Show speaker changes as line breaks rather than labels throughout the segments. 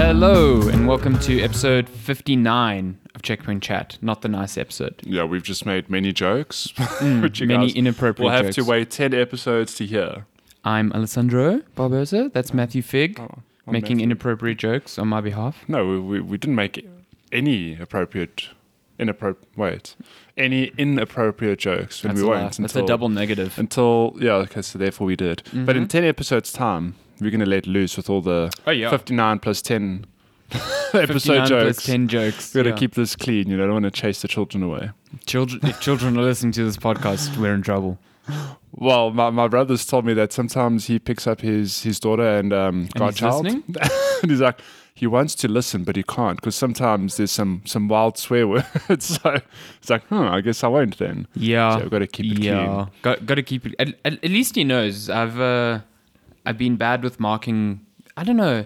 Hello, and welcome to episode 59 of Checkpoint Chat. Not the nice episode.
Yeah, we've just made many jokes, which
Mm,
you
many
guys
inappropriate
will have to
jokes.
wait 10 episodes to hear.
I'm Alessandro Barbosa. That's Matthew Fig
I'm
making
Matthew.
inappropriate jokes on my behalf.
No, we, we, we didn't make any appropriate, inappropriate, wait, any inappropriate jokes, and
That's,
we
a,
won't
laugh.
until,
That's a double Mm-hmm. negative.
until, yeah, okay, so therefore we did. But in 10 episodes' time, we're going to let loose with all the
Oh, yeah.
59 plus 10
59
episode
plus
jokes.
10 jokes.
We've got to
yeah.
keep this clean, you know, don't want to chase the children away.
children. If children are listening to this podcast, we're in trouble.
Well, my, my brother's told me that sometimes he picks up his, his daughter and um,
And he's
godchild.
listening?
and he's like, he wants to listen, but he can't because sometimes there's some, some wild swear words. so he's like, hmm, I guess I won't then.
Yeah.
So we've got to keep it
yeah. Got, got to keep it. At, at, at least he knows. I've uh, I've been bad with marking. I don't know.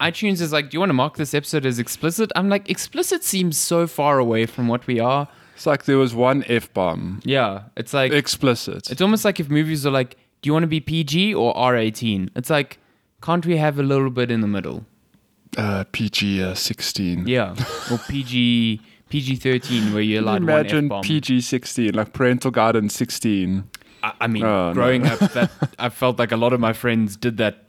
iTunes is like, do you want to mark this episode as explicit? I'm like, explicit seems so far away from what we are.
clean. It's like there was one F bomb.
Yeah. It's like
Explicit.
it's almost like if movies are like, do you want to be PG or R18? It's like, can't we have a little bit in the middle?
uh, PG uh, 16.
Yeah. Or PG PG 13 where you're allowed one
Imagine
F-bomb.
PG 16, like parental guidance 16.
I, I mean,
Oh, no.
growing up, that I felt like a lot of my friends did that.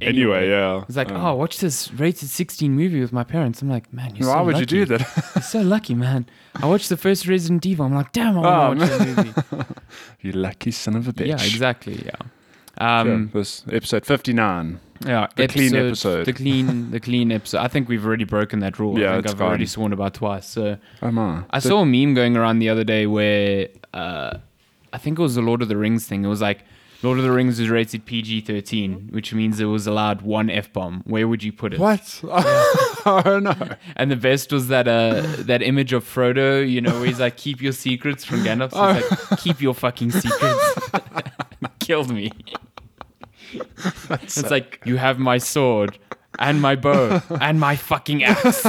Anyway, yeah.
It's like, oh, watch this rated 16 movie with my parents. I'm like, man, you're
Why
so
would
lucky.
you do that?
You're so lucky, man. I watched the first Resident Evil. I'm like, damn, I want to
Oh,
watch that movie.
you lucky son of a bitch.
Yeah, exactly. Yeah.
Sure.
Um,
This episode 59.
Yeah,
The clean episode.
The clean, the clean episode. I think we've already broken that rule.
Yeah,
I think
it's
I've already
gone.
sworn about twice. So
Oh, my.
I saw a meme going around the other day where uh, I think it was the Lord of the Rings thing. It was like Lord of the Rings was rated PG thirteen, which means it was allowed one f bomb. Where would you put it?
What? oh no!
And the best was that uh, that image of Frodo. You know, where he's like, "Keep your secrets from Gandalf." So he's
Oh.
like, "Keep your fucking secrets." Killed me. it's like you have my sword. And my bow and my fucking axe.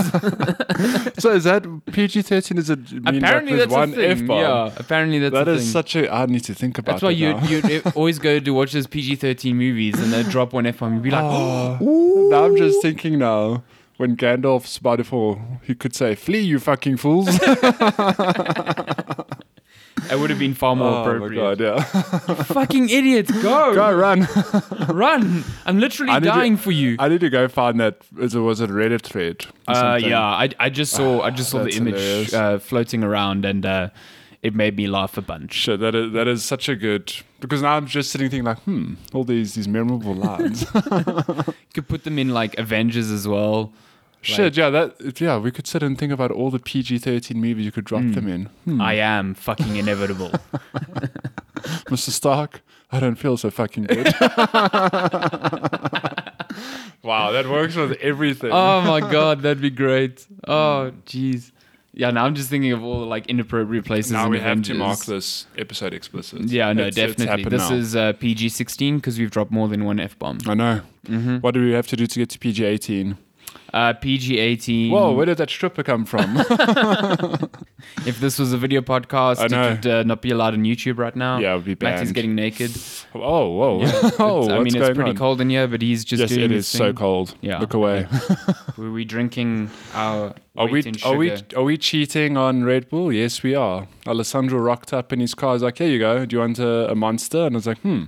So is that PG thirteen? Is it mean
Apparently
like
that's
there's one
a thing.
F-bomb?
Yeah, apparently that's
that
a
is
thing.
such a. I need to think about.
That's why
that
you
now.
you always go to watch those PG thirteen movies and they drop one F bomb. You'd be like,
Oh, now I'm just thinking now. When Gandalf's by default, he could say, "Flee, you fucking fools!" Oh
it would have been far more
oh my
appropriate.
god! Yeah,
Fucking idiots, go,
go run!
run! I'm literally
I need to-
dying for you.
I need to go find that. Is it was it Reddit thread? or
Uh,
something?
yeah, I, I just saw I just saw the
That's
image
hilarious.
uh, floating around and uh, it made me laugh a bunch.
Shit, that is, that is such a good because now I'm just sitting thinking like, hmm, all these these memorable lines.
You could put them in like Avengers as well.
Shit, yeah, that yeah, we could sit and think about all the PG-13 movies you could drop
Hmm.
them in.
I am fucking inevitable.
Mr. Stark, I don't feel so fucking good. wow, that works with everything.
oh my god, that'd be great. Oh jeez. Yeah, now I'm just thinking of all the like inappropriate places.
now
in
we have to
Avengers.
mark this episode explicit.
Yeah, no,
It's- it's
definitely.
happened
this
now.
is uh, PG 16 because we've dropped more than one F bomb.
I know.
Mm-hmm.
What do we have to do to get to PG-18?
Uh, PG 18.
Whoa, where did that stripper come from?
If this was a video podcast,
I know.
it would uh, not be allowed on YouTube right now.
Yeah, it would be
Matthew's
banned.
getting naked.
oh, whoa. oh,
It's-
what's
I mean,
going
it's pretty
on?
cold in here, but he's just
Yes,
doing
it
his
is so
thing.
cold.
Yeah.
Look away.
Were we drinking our.
Are we,
weight in
are we
sugar?
are we cheating on Red Bull? Yes, we are. Alessandro rocked up in his car. He's like, "Here you go. Do you want a, a monster?" And I was like, "Hmm,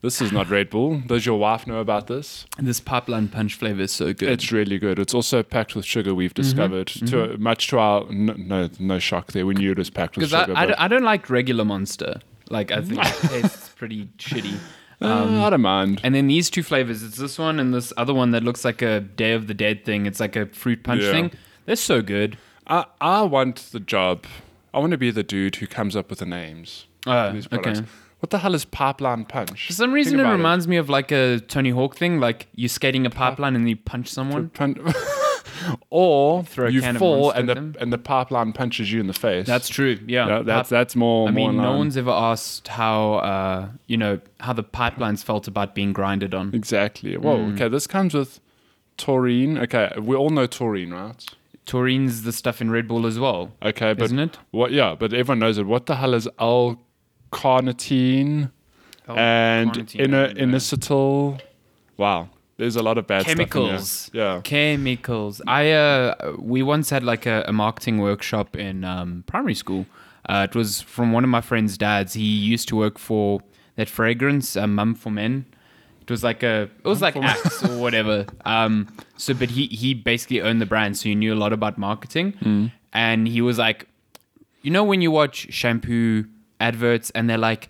this is not Red Bull. Does your wife know about this?
This pipeline punch flavor is so good.
It's really good. It's also packed with sugar. We've
Mm-hmm.
discovered, to, much to our no, no no shock there. We knew it was packed with
Because I,
sugar.
I
but-
don't- I don't like regular monster. Like, I think it tastes pretty shitty. um,
Uh, I don't mind.
And then these two flavors, it's this one and this other one that looks like a Day of the Dead thing. It's like a fruit punch
Yeah.
thing. They're so good.
I I want the job. I want to be the dude who comes up with the names.
Oh,
for these
okay.
products. What the hell is pipeline punch?
For some reason,
Think
it
about
reminds me of like a Tony Hawk thing, like you're skating a pipeline and you punch someone.
Pun- or
Throw a
you
can of
fall
Monster
and
at
the
them.
and the pipeline punches you in the face.
That's true. Yeah,
Yeah, that's
Pip-
that's more.
I mean,
more
no
line.
one's ever asked how uh, you know how the pipelines felt about being grinded on.
exactly. Whoa.
Hmm.
Okay, this comes with taurine. Okay, we all know taurine, right?
Taurine's the stuff in Red Bull as well,
Okay, but
isn't it?
what? Yeah, but everyone knows it. What the hell is L-carnitine and
L-carnitine, I
inner
don't know.
inositol? Wow. There's a lot of bad
chemicals.
Stuff in here. Yeah.
Chemicals. I uh, we once had like a, a marketing workshop in um, primary school. Uh, it was from one of my friend's dads. He used to work for that fragrance, uh, Mum for Men. It was like a, it was like Axe or whatever. Um, so, but he he basically owned the brand, so he knew a lot about marketing.
Mm.
And he was like, you know when you watch shampoo adverts and they're like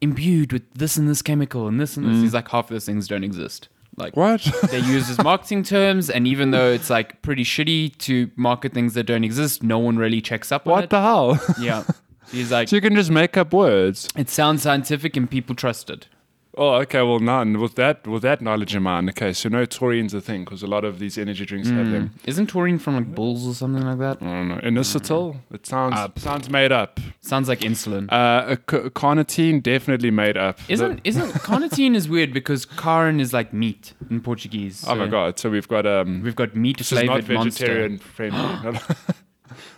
imbued with this and this chemical and this and
Mm.
this he's like half of those things don't exist like
What?
they use as marketing terms and even though it's like pretty shitty to market things that don't exist no one really checks up on
what
it
the hell?
yeah he's like
so you can just make up words.
it sounds scientific and people trust it
Oh, okay. Well, none. With that, with that knowledge in mind, okay. So no taurine's a thing because a lot of these energy drinks have them.
isn't taurine from like bulls or something like that
I don't know. Inositol. It sounds
Mm. Mm-hmm. Up.
sounds made up.
sounds like insulin
Uh, a c- carnitine definitely made up. The-
isn't isn't carnitine is weird because carne is like meat in portuguese
oh my
so
god. So we've got um.
we've got meat
This is not
flavored monster
vegetarian friendly.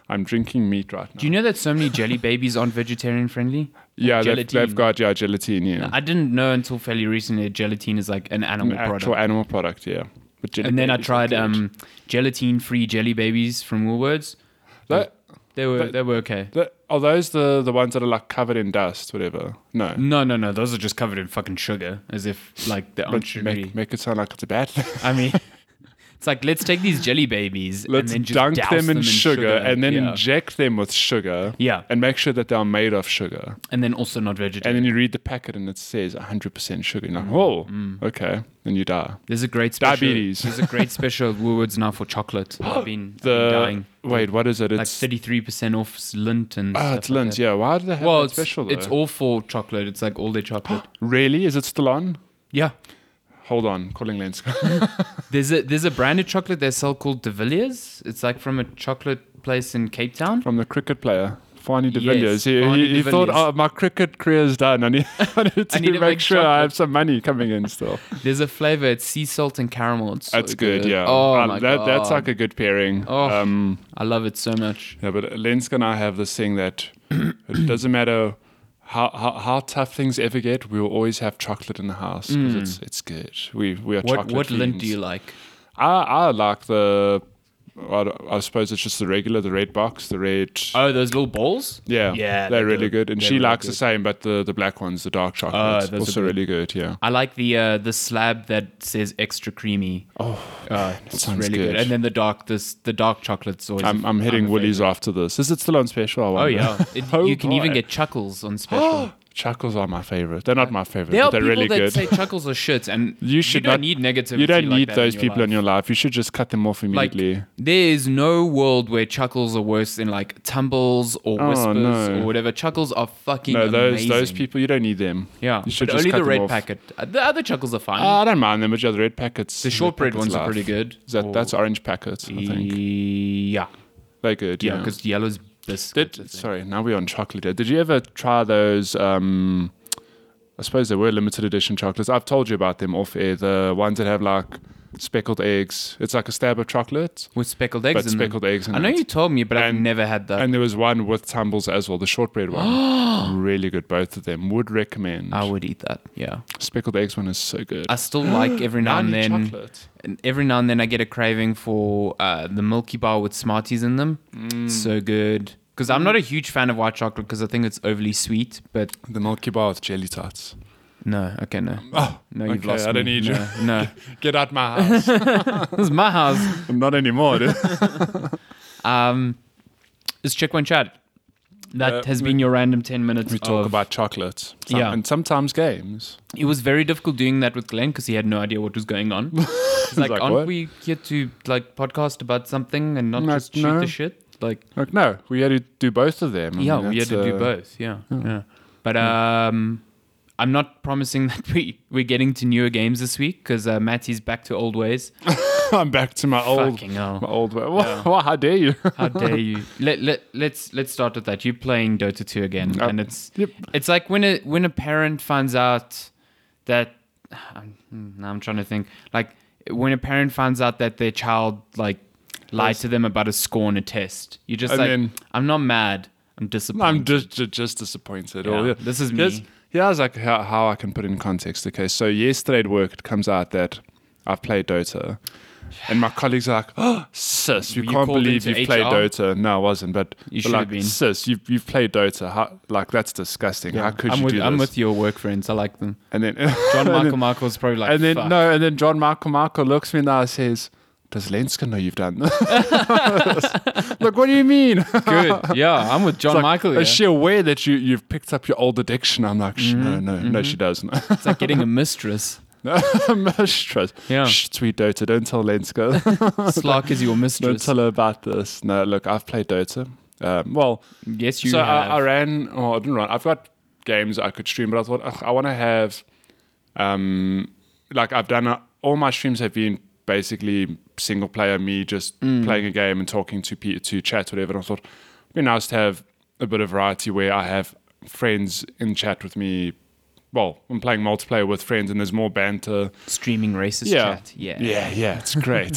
I'm drinking meat right now.
Do you know that so many jelly babies aren't vegetarian friendly?
yeah, they've,
Gelatine.
they've got yeah gelatine. Yeah,
I didn't know until fairly recently that gelatine is like an animal
an
product.
actual animal product. Yeah. But jelly
and then I
babies
tried
include.
um, gelatine-free jelly babies from Woolworths.
Tho-
They were
But-
they were okay.
tho- are those the the ones that are like covered in dust? Whatever. No.
No, no, no. Those are just covered in fucking sugar, as if like they aren't
But
sugary.
make, make it sound like it's a bad thing.
I mean, it's like let's take these jelly babies and
Let's
then just
dunk
douse
them in, sugar, and then
yeah.
inject them with sugar.
Yeah.
And make sure that they are made of sugar.
and then also not vegetarian.
And then you read the packet and it says 100% sugar. You're like,
Mm.
whoa, okay. Then you die.
There's a great special,
Diabetes.
There's a great special at Woolworths now for chocolate. I've been, I've been
The
dying.
wait, what is it?
like
It's
thirty three percent off s- lint and
ah,
stuff
it's
like
Lindt.
that.
yeah, why do they have
Well,
that
it's
special?
it's
though?
all for chocolate. It's like all their chocolate.
really? Is it still on?
yeah,
Hold on, calling Lens.
there's a there's a brand of chocolate they sell called De Villiers. It's like from a chocolate place in Cape Town.
from the cricket player. Fani de
Yes,
Villiers. he,
Fani
he,
de
he thought,
Villiers.
oh, my cricket career's done. I need, I need to
need to
make,
make
sure
chocolate."
I have some money coming in still.
There's a flavor. It's sea salt and caramel. It's so
That's good, yeah.
Oh
Uh,
my
that,
god,
That's like a good pairing.
Oh.
Um,
I love it so much.
Yeah, but Lenska and I have this thing that it doesn't matter how, how how tough things ever get, we will always have chocolate in the house 'cause it's it's good. We we are
Mm. What
chocolate.
what lint do
fiends.
you like?
I I like the. I, don't- I suppose it's just the regular, the red box, the red.
Oh, those little balls.
yeah,
yeah,
they're
they're
really
good.
good, and
They're
she
really
likes the same, but the the black ones, the dark
Ah,
chocolate,
those are
also
good.
really good. Yeah,
I like the uh, the slab that says extra creamy. Oh, uh, it's
sounds
really good.
good.
And then the dark this the dark chocolate's always.
I'm
a-
I'm hitting
a
Woolies after this. Is it still on special? I
Oh
wonder.
yeah, It-
Oh,
you can even
boy.
get chuckles on special.
chuckles are my favorite. They're not my favorite,
there
but
are
they're
people
really
that
good.
say chuckles are shit, and
You should
don't
not-
need negativity.
You don't
like
need
that
those
in your
people in
life.
your life. You should just cut them off
Like
immediately.
there is no world where chuckles are worse than like tumbles or
Oh,
whispers
no.
or whatever. Chuckles are fucking
no, those those
amazing.
people you don't need them.
Yeah,
you should
but
just
only
cut
the
them
red
off.
packet. Uh, The other chuckles are fine.
Ah, I don't mind them, but yeah, the red packets.
the
red
shortbread
packets
ones are
life.
pretty good.
Is that,
Or-
that's orange packets. I think
Yeah,
they're good.
yeah,
Yeah.
because yellow's biscuit. I
Did,
think.
sorry, now we're on chocolate. here. Did you ever try those? Um, I suppose they were limited edition chocolates. I've told you about them off air. The ones that have like speckled eggs. It's like a stab of chocolate,
with speckled eggs.
but
in them.
speckled eggs. In
I know
it.
you told me, but I've
And-
never had that.
And there was one with tumbles as well, the shortbread one. really good, both of them. Would recommend.
I would eat that. Yeah,
Speckled eggs one is so good.
I still like every now and
Nani
then.
chocolate.
And every now and then I get a craving for uh, the Milky Bar with Smarties in them.
Mm.
So good. Because I'm not a huge fan of white chocolate because I think it's overly sweet. But
The Milky Bar with jelly tots.
no, okay, no,
Oh,
no, you've
okay,
lost me.
I don't need
no,
you.
No,
Get out my house.
this is my house.
Not anymore. Dude.
Um, it's check one chat. That
Uh,
has
we-
been your random ten minutes.
We talk
of-
about chocolate.
Yeah.
And sometimes games.
It was very difficult doing that with Glenn because he had no idea what was going on. It's like,
like,
aren't
what?"
we here to like podcast about something and not
No,
just shoot
no.
the shit? Like,
Like, no, we had to do both of them. I
Yeah,
mean,
we had
that's,
to do
uh,
both. Yeah, yeah. But um, I'm not promising that we we're getting to newer games this week because uh, Matty's back to old ways.
I'm back to my old.
Fucking hell.
My old. Well, how dare you?
How dare you? Let let let's let's start with that. You're playing Dota 2 again,
Uh,
and it's
yep.
it's like when a when a parent finds out that um, now I'm trying to think like when a parent finds out that their child like lied to them about a score on a test. You're just
And
like,
then-
I'm not mad. I'm disappointed.
I'm just just, just disappointed.
Yeah,
Oh, yeah.
this is me.
Here's, here's like how, how I can put in context. Okay, so yesterday at work, it comes out that I've played Dota. And my colleagues are like, oh, sis, you,
Were you
can't
called
believe
into
you've played
HR?
Dota. No, I wasn't, but
You
but
should have
like,
been.
sis, you've, you've played Dota. How, like, that's disgusting. How could
I'm
you
with,
do this?
I'm with your work friends. I like them.
And then
John
and
Michael
then-
Michael's probably like,
and then
"Fuck."
no, and then John Michael Michael looks me in the eye and says, "Does Lenska know you've done this?" like, what do you mean? It's
good. Yeah, I'm with John
like,
Michael.
Is
here.
she aware that you you've picked up your old addiction? I'm like, "Sh- no, no,
Mm-hmm.
no, she doesn't.
It's like getting a mistress.
No, she trust.
Yeah.
Shh, sweet Dota, don't tell Lenska.
Slark is your
don't
mistress.
tell her about this. No, look, I've played Dota. Um, well,
Yes, you
so I,
have.
I ran. Oh, I didn't run. I've got games I could stream, but I thought "Ugh, I want to have, um, like I've done. A, all my streams have been basically single player, me just
Mm.
playing a game and talking to Peter to chat, whatever. And I thought it'd be nice to have a bit of variety where I have friends in chat with me. Well, I'm playing multiplayer with friends, and there's more banter.
Streaming racist chat. Yeah.
Yeah, yeah, it's great.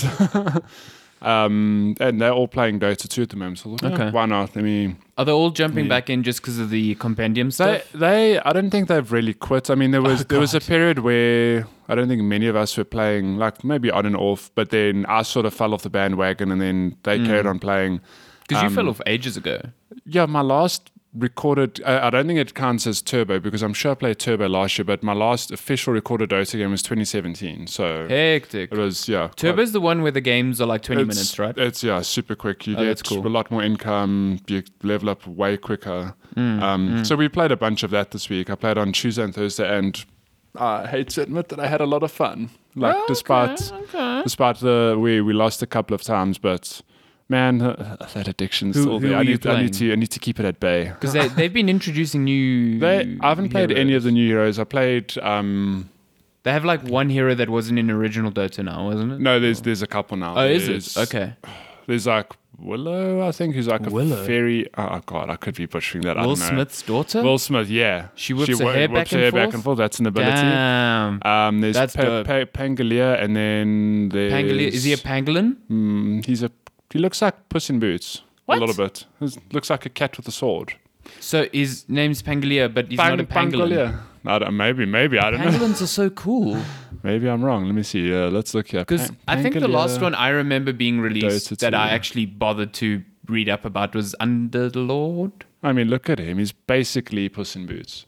um, and they're all playing Dota 2 at the moment. So I thought, yeah,
Okay.
why not? Let me.
Are they all jumping back in just because of the compendium
They,
stuff?
they, I don't think they've really quit. I mean, there was there was a period where I don't think many of us were playing, like maybe on and off. But then I sort of fell off the bandwagon, and then they carried on playing.
Because you fell off ages ago.
Yeah, my last recorded, I, I don't think it counts as Turbo because I'm sure I played Turbo last year. But my last official recorded Dota game was 2017, so
Hectic.
it was yeah. quite-
Turbo's the one where the games are like 20
it's-
minutes, right?
It's yeah, super quick. You
Oh,
get
that's cool.
a lot more income. You level up way quicker.
Mm,
um, So we played a bunch of that this week. I played on Tuesday and Thursday, and I hate to admit that I had a lot of fun. Like despite despite the we we lost a couple of times, but man, uh, that addiction's
Who-
still
who
there.
are
I
you
need, I
playing?
need to I need to keep it at bay.
Because they, they've been introducing new.
They, I haven't played any of the new heroes. I played um,
They have like one hero that wasn't in original Dota now, wasn't it?
no. There's there's a couple now.
Oh, is
There's-
it? Okay.
There's like Willow, I think, who's like
Willow?
a fairy. Oh God, I could be butchering that. I
Will
don't know.
Smith's daughter?
Will Smith, yeah.
She whips her
whi-
hair back and
back
forth?
and forth. That's an ability.
Damn.
Um, there's
That's
pa-
dope.
pa- Pangolier, and then there's
Pangolin. Is he a pangolin?
mm, he's a he looks like Puss in Boots
What?
a little bit. He's, looks like a cat with a sword.
So his name's Pangolier, but he's not a
Pang-
pangolin.
Pangolier. I don't, maybe, maybe I don't know.
Pangolins are so cool.
Maybe I'm wrong. Let me see. Uh, let's look here.
Because
Pang-
I think the last
Pangolier.
one I remember being released
Dota
that I
2.
actually bothered to read up about was Underlord.
I mean, look at him. He's basically Puss in Boots.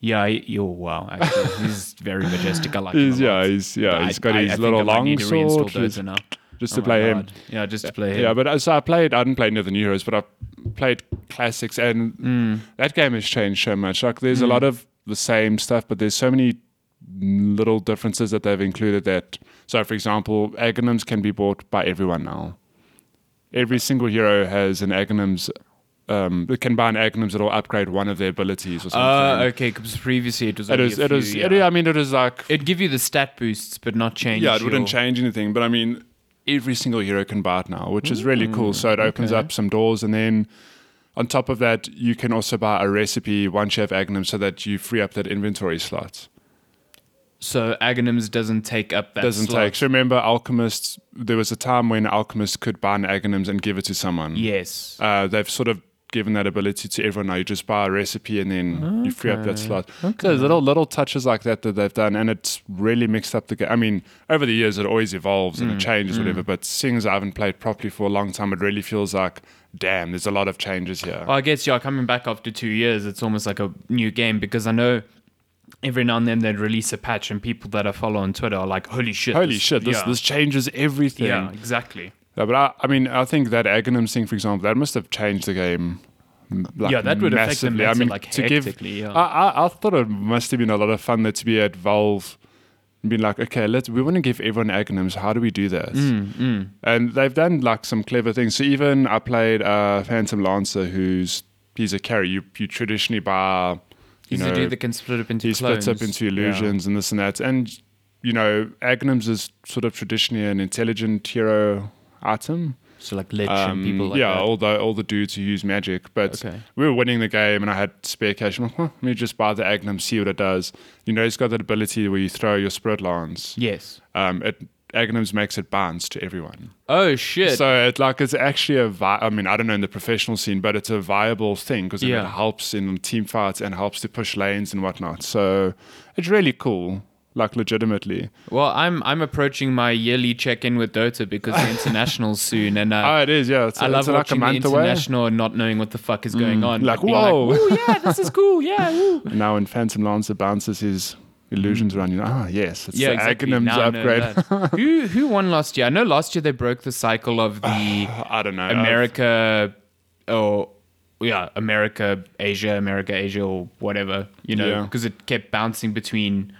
Yeah, I- oh wow, actually, he's very majestic. I like him.
He's
a lot.
yeah, he's
But
yeah,
I-
he's got
I- I
his
think I
little
might
long
need to reinstall
sword.
Dota now.
Just
Oh
to
my
play him.
God. Yeah, just to play him.
Yeah, but uh, so I played. I didn't play any of the new heroes, but I played classics, and
Mm.
that game has changed so much. Like, there's a lot of the same stuff, but there's so many little differences that they've included. That so, for example, aghanims can be bought by everyone now. Every single hero has an aghanims. Um, they can buy an aghanims that'll upgrade one of their abilities or something.
Uh, okay, because previously it was.
it
only
is.
a
It
few,
is.
Yeah.
It, I mean, it is like
It'd give you the stat boosts, but not change.
yeah, it wouldn't
your-
change anything. But I mean, every single hero can buy it now, which is really cool. So it opens
okay.
up some doors, and then on top of that, you can also buy a recipe once you have Agnum, so that you free up that inventory slot.
So Aghanims doesn't take up that.
Doesn't
slot.
take. So remember, alchemists. There was a time when alchemists could buy an Agnums and give it to someone.
Yes.
Uh, they've sort of given that ability to everyone now. You just buy a recipe and then you free up that slot. So there's little little touches like that that they've done, and it's really mixed up the game. I mean, over the years it always evolves
Mm.
and it changes, whatever. But seeing as I haven't played properly for a long time, it really feels like, damn, there's a lot of changes here.
Well, I guess yeah, coming back after two years, it's almost like a new game because I know every now and then they'd release a patch, and people that I follow on Twitter are like, "Holy shit!
Holy
this-
shit, this,
yeah,
this changes everything.
yeah, exactly."
Yeah, but I, I mean, I think that Aghanim thing, for example, that must have changed the game. m- Like
Yeah, that would affect the
massively.
meta,
I mean,
like,
to give,
hectically, yeah.
I, I, I thought it must have been a lot of fun though to be at Valve and be like, okay, let's we want to give everyone Aghanims. How do we do that?
Mm,
And they've done like some clever things. So even I played uh, Phantom Lancer, who's he's a carry. You you traditionally buy, you
He's
know,
a dude that can split up into
he splits up
clones.
into illusions and this and that. And you know, Aghanims is sort of traditionally an intelligent hero item.
Yeah. So like lich and
Um,
people like
yeah,
that.
all the all the dudes who use magic. But
Okay.
we were winning the game, and I had spare cash. I'm like, huh, let me just buy the Agnum, see what it does. You know, it's got that ability where you throw your spirit lines.
yes.
Um, it Agnums makes it binds to everyone.
Oh shit.
So it like it's actually a vi- I mean, I don't know in the professional scene, but it's a viable thing because
Yeah.
it helps in team fights and helps to push lanes and whatnot. So it's really cool. like legitimately.
Well, I'm I'm approaching my yearly check-in with Dota because the international's soon, and uh,
Oh, it is, yeah. It's,
I love
it's like a
watching the
month away.
international and not knowing what the fuck is going on.
Mm. Like,
being
whoa.
"Ooh, yeah, this is cool. Yeah, ooh."
And now when Phantom Lancer bounces his illusions around you, ah, yes, it's
Mm. yeah,
the
exactly.
Aghanim's
Now I know
upgrade.
that. who who won last year? I know last year they broke the cycle of the
I don't know. I've-
America or yeah, America, Asia, America, Asia, or whatever. You know,
Yeah.
because it kept bouncing between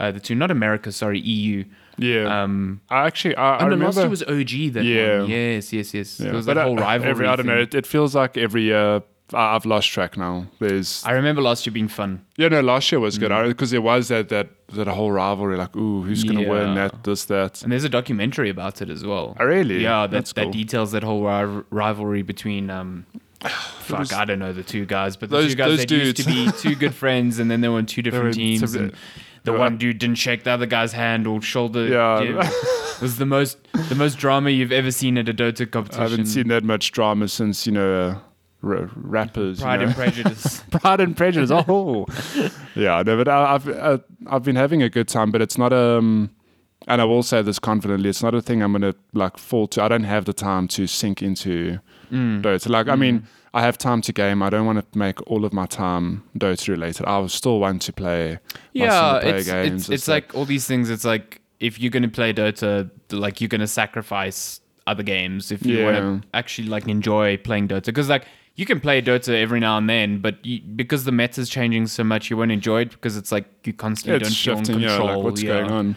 uh, the two. Not America, sorry, EU.
Uh, yeah.
Um,
I actually, I, I
I
remember.
last year was OG. That yeah,
Yeah.
yes, yes, yes.
yeah.
There was
But
that
I-
whole rivalry.
Every, I don't know.
thing.
It, it feels like every year I, I've lost track now. There's,
I remember last year being fun.
yeah, no, last year was good because there was that that that whole rivalry, like, ooh, who's gonna win
Hmm. Yeah.
that, this, that.
And there's a documentary about it as well.
Oh, really?
Yeah, that,
That's
that
cool.
details that whole ri- rivalry between. Um, fuck,
was-
I don't know the two guys, but the
Those-
two guys
those
that used to be two good friends, and then they were on two different
were in
teams.
separate-
and the
were-
one dude didn't shake the other guy's hand or shoulder.
Yeah.
It was the most the most drama you've ever seen at a Dota competition.
I haven't seen that much drama since you know uh, r- rappers. you
Pride
know.
and Prejudice.
Pride and Prejudice. Oh, yeah. No, but I, I've uh, I've been having a good time, but it's not um, and I will say this confidently, it's not a thing I'm gonna like fall to. I don't have the time to sink into
Hmm.
Dota. Like, I mean, I have time to game. I don't want to make all of my time Dota related. I still want to play. my
yeah,
single player
it's,
games
it's,
and
it's
stuff.
like all these things. It's like if you're gonna play Dota, like you're gonna sacrifice other games if you
Yeah.
want to actually like enjoy playing Dota. Because like you can play Dota every now and then, but you, because the meta's changing so much, you won't enjoy it because it's like you constantly
it's
don't
shifting.
feel in
Yeah,
control.
like what's
yeah.
going on?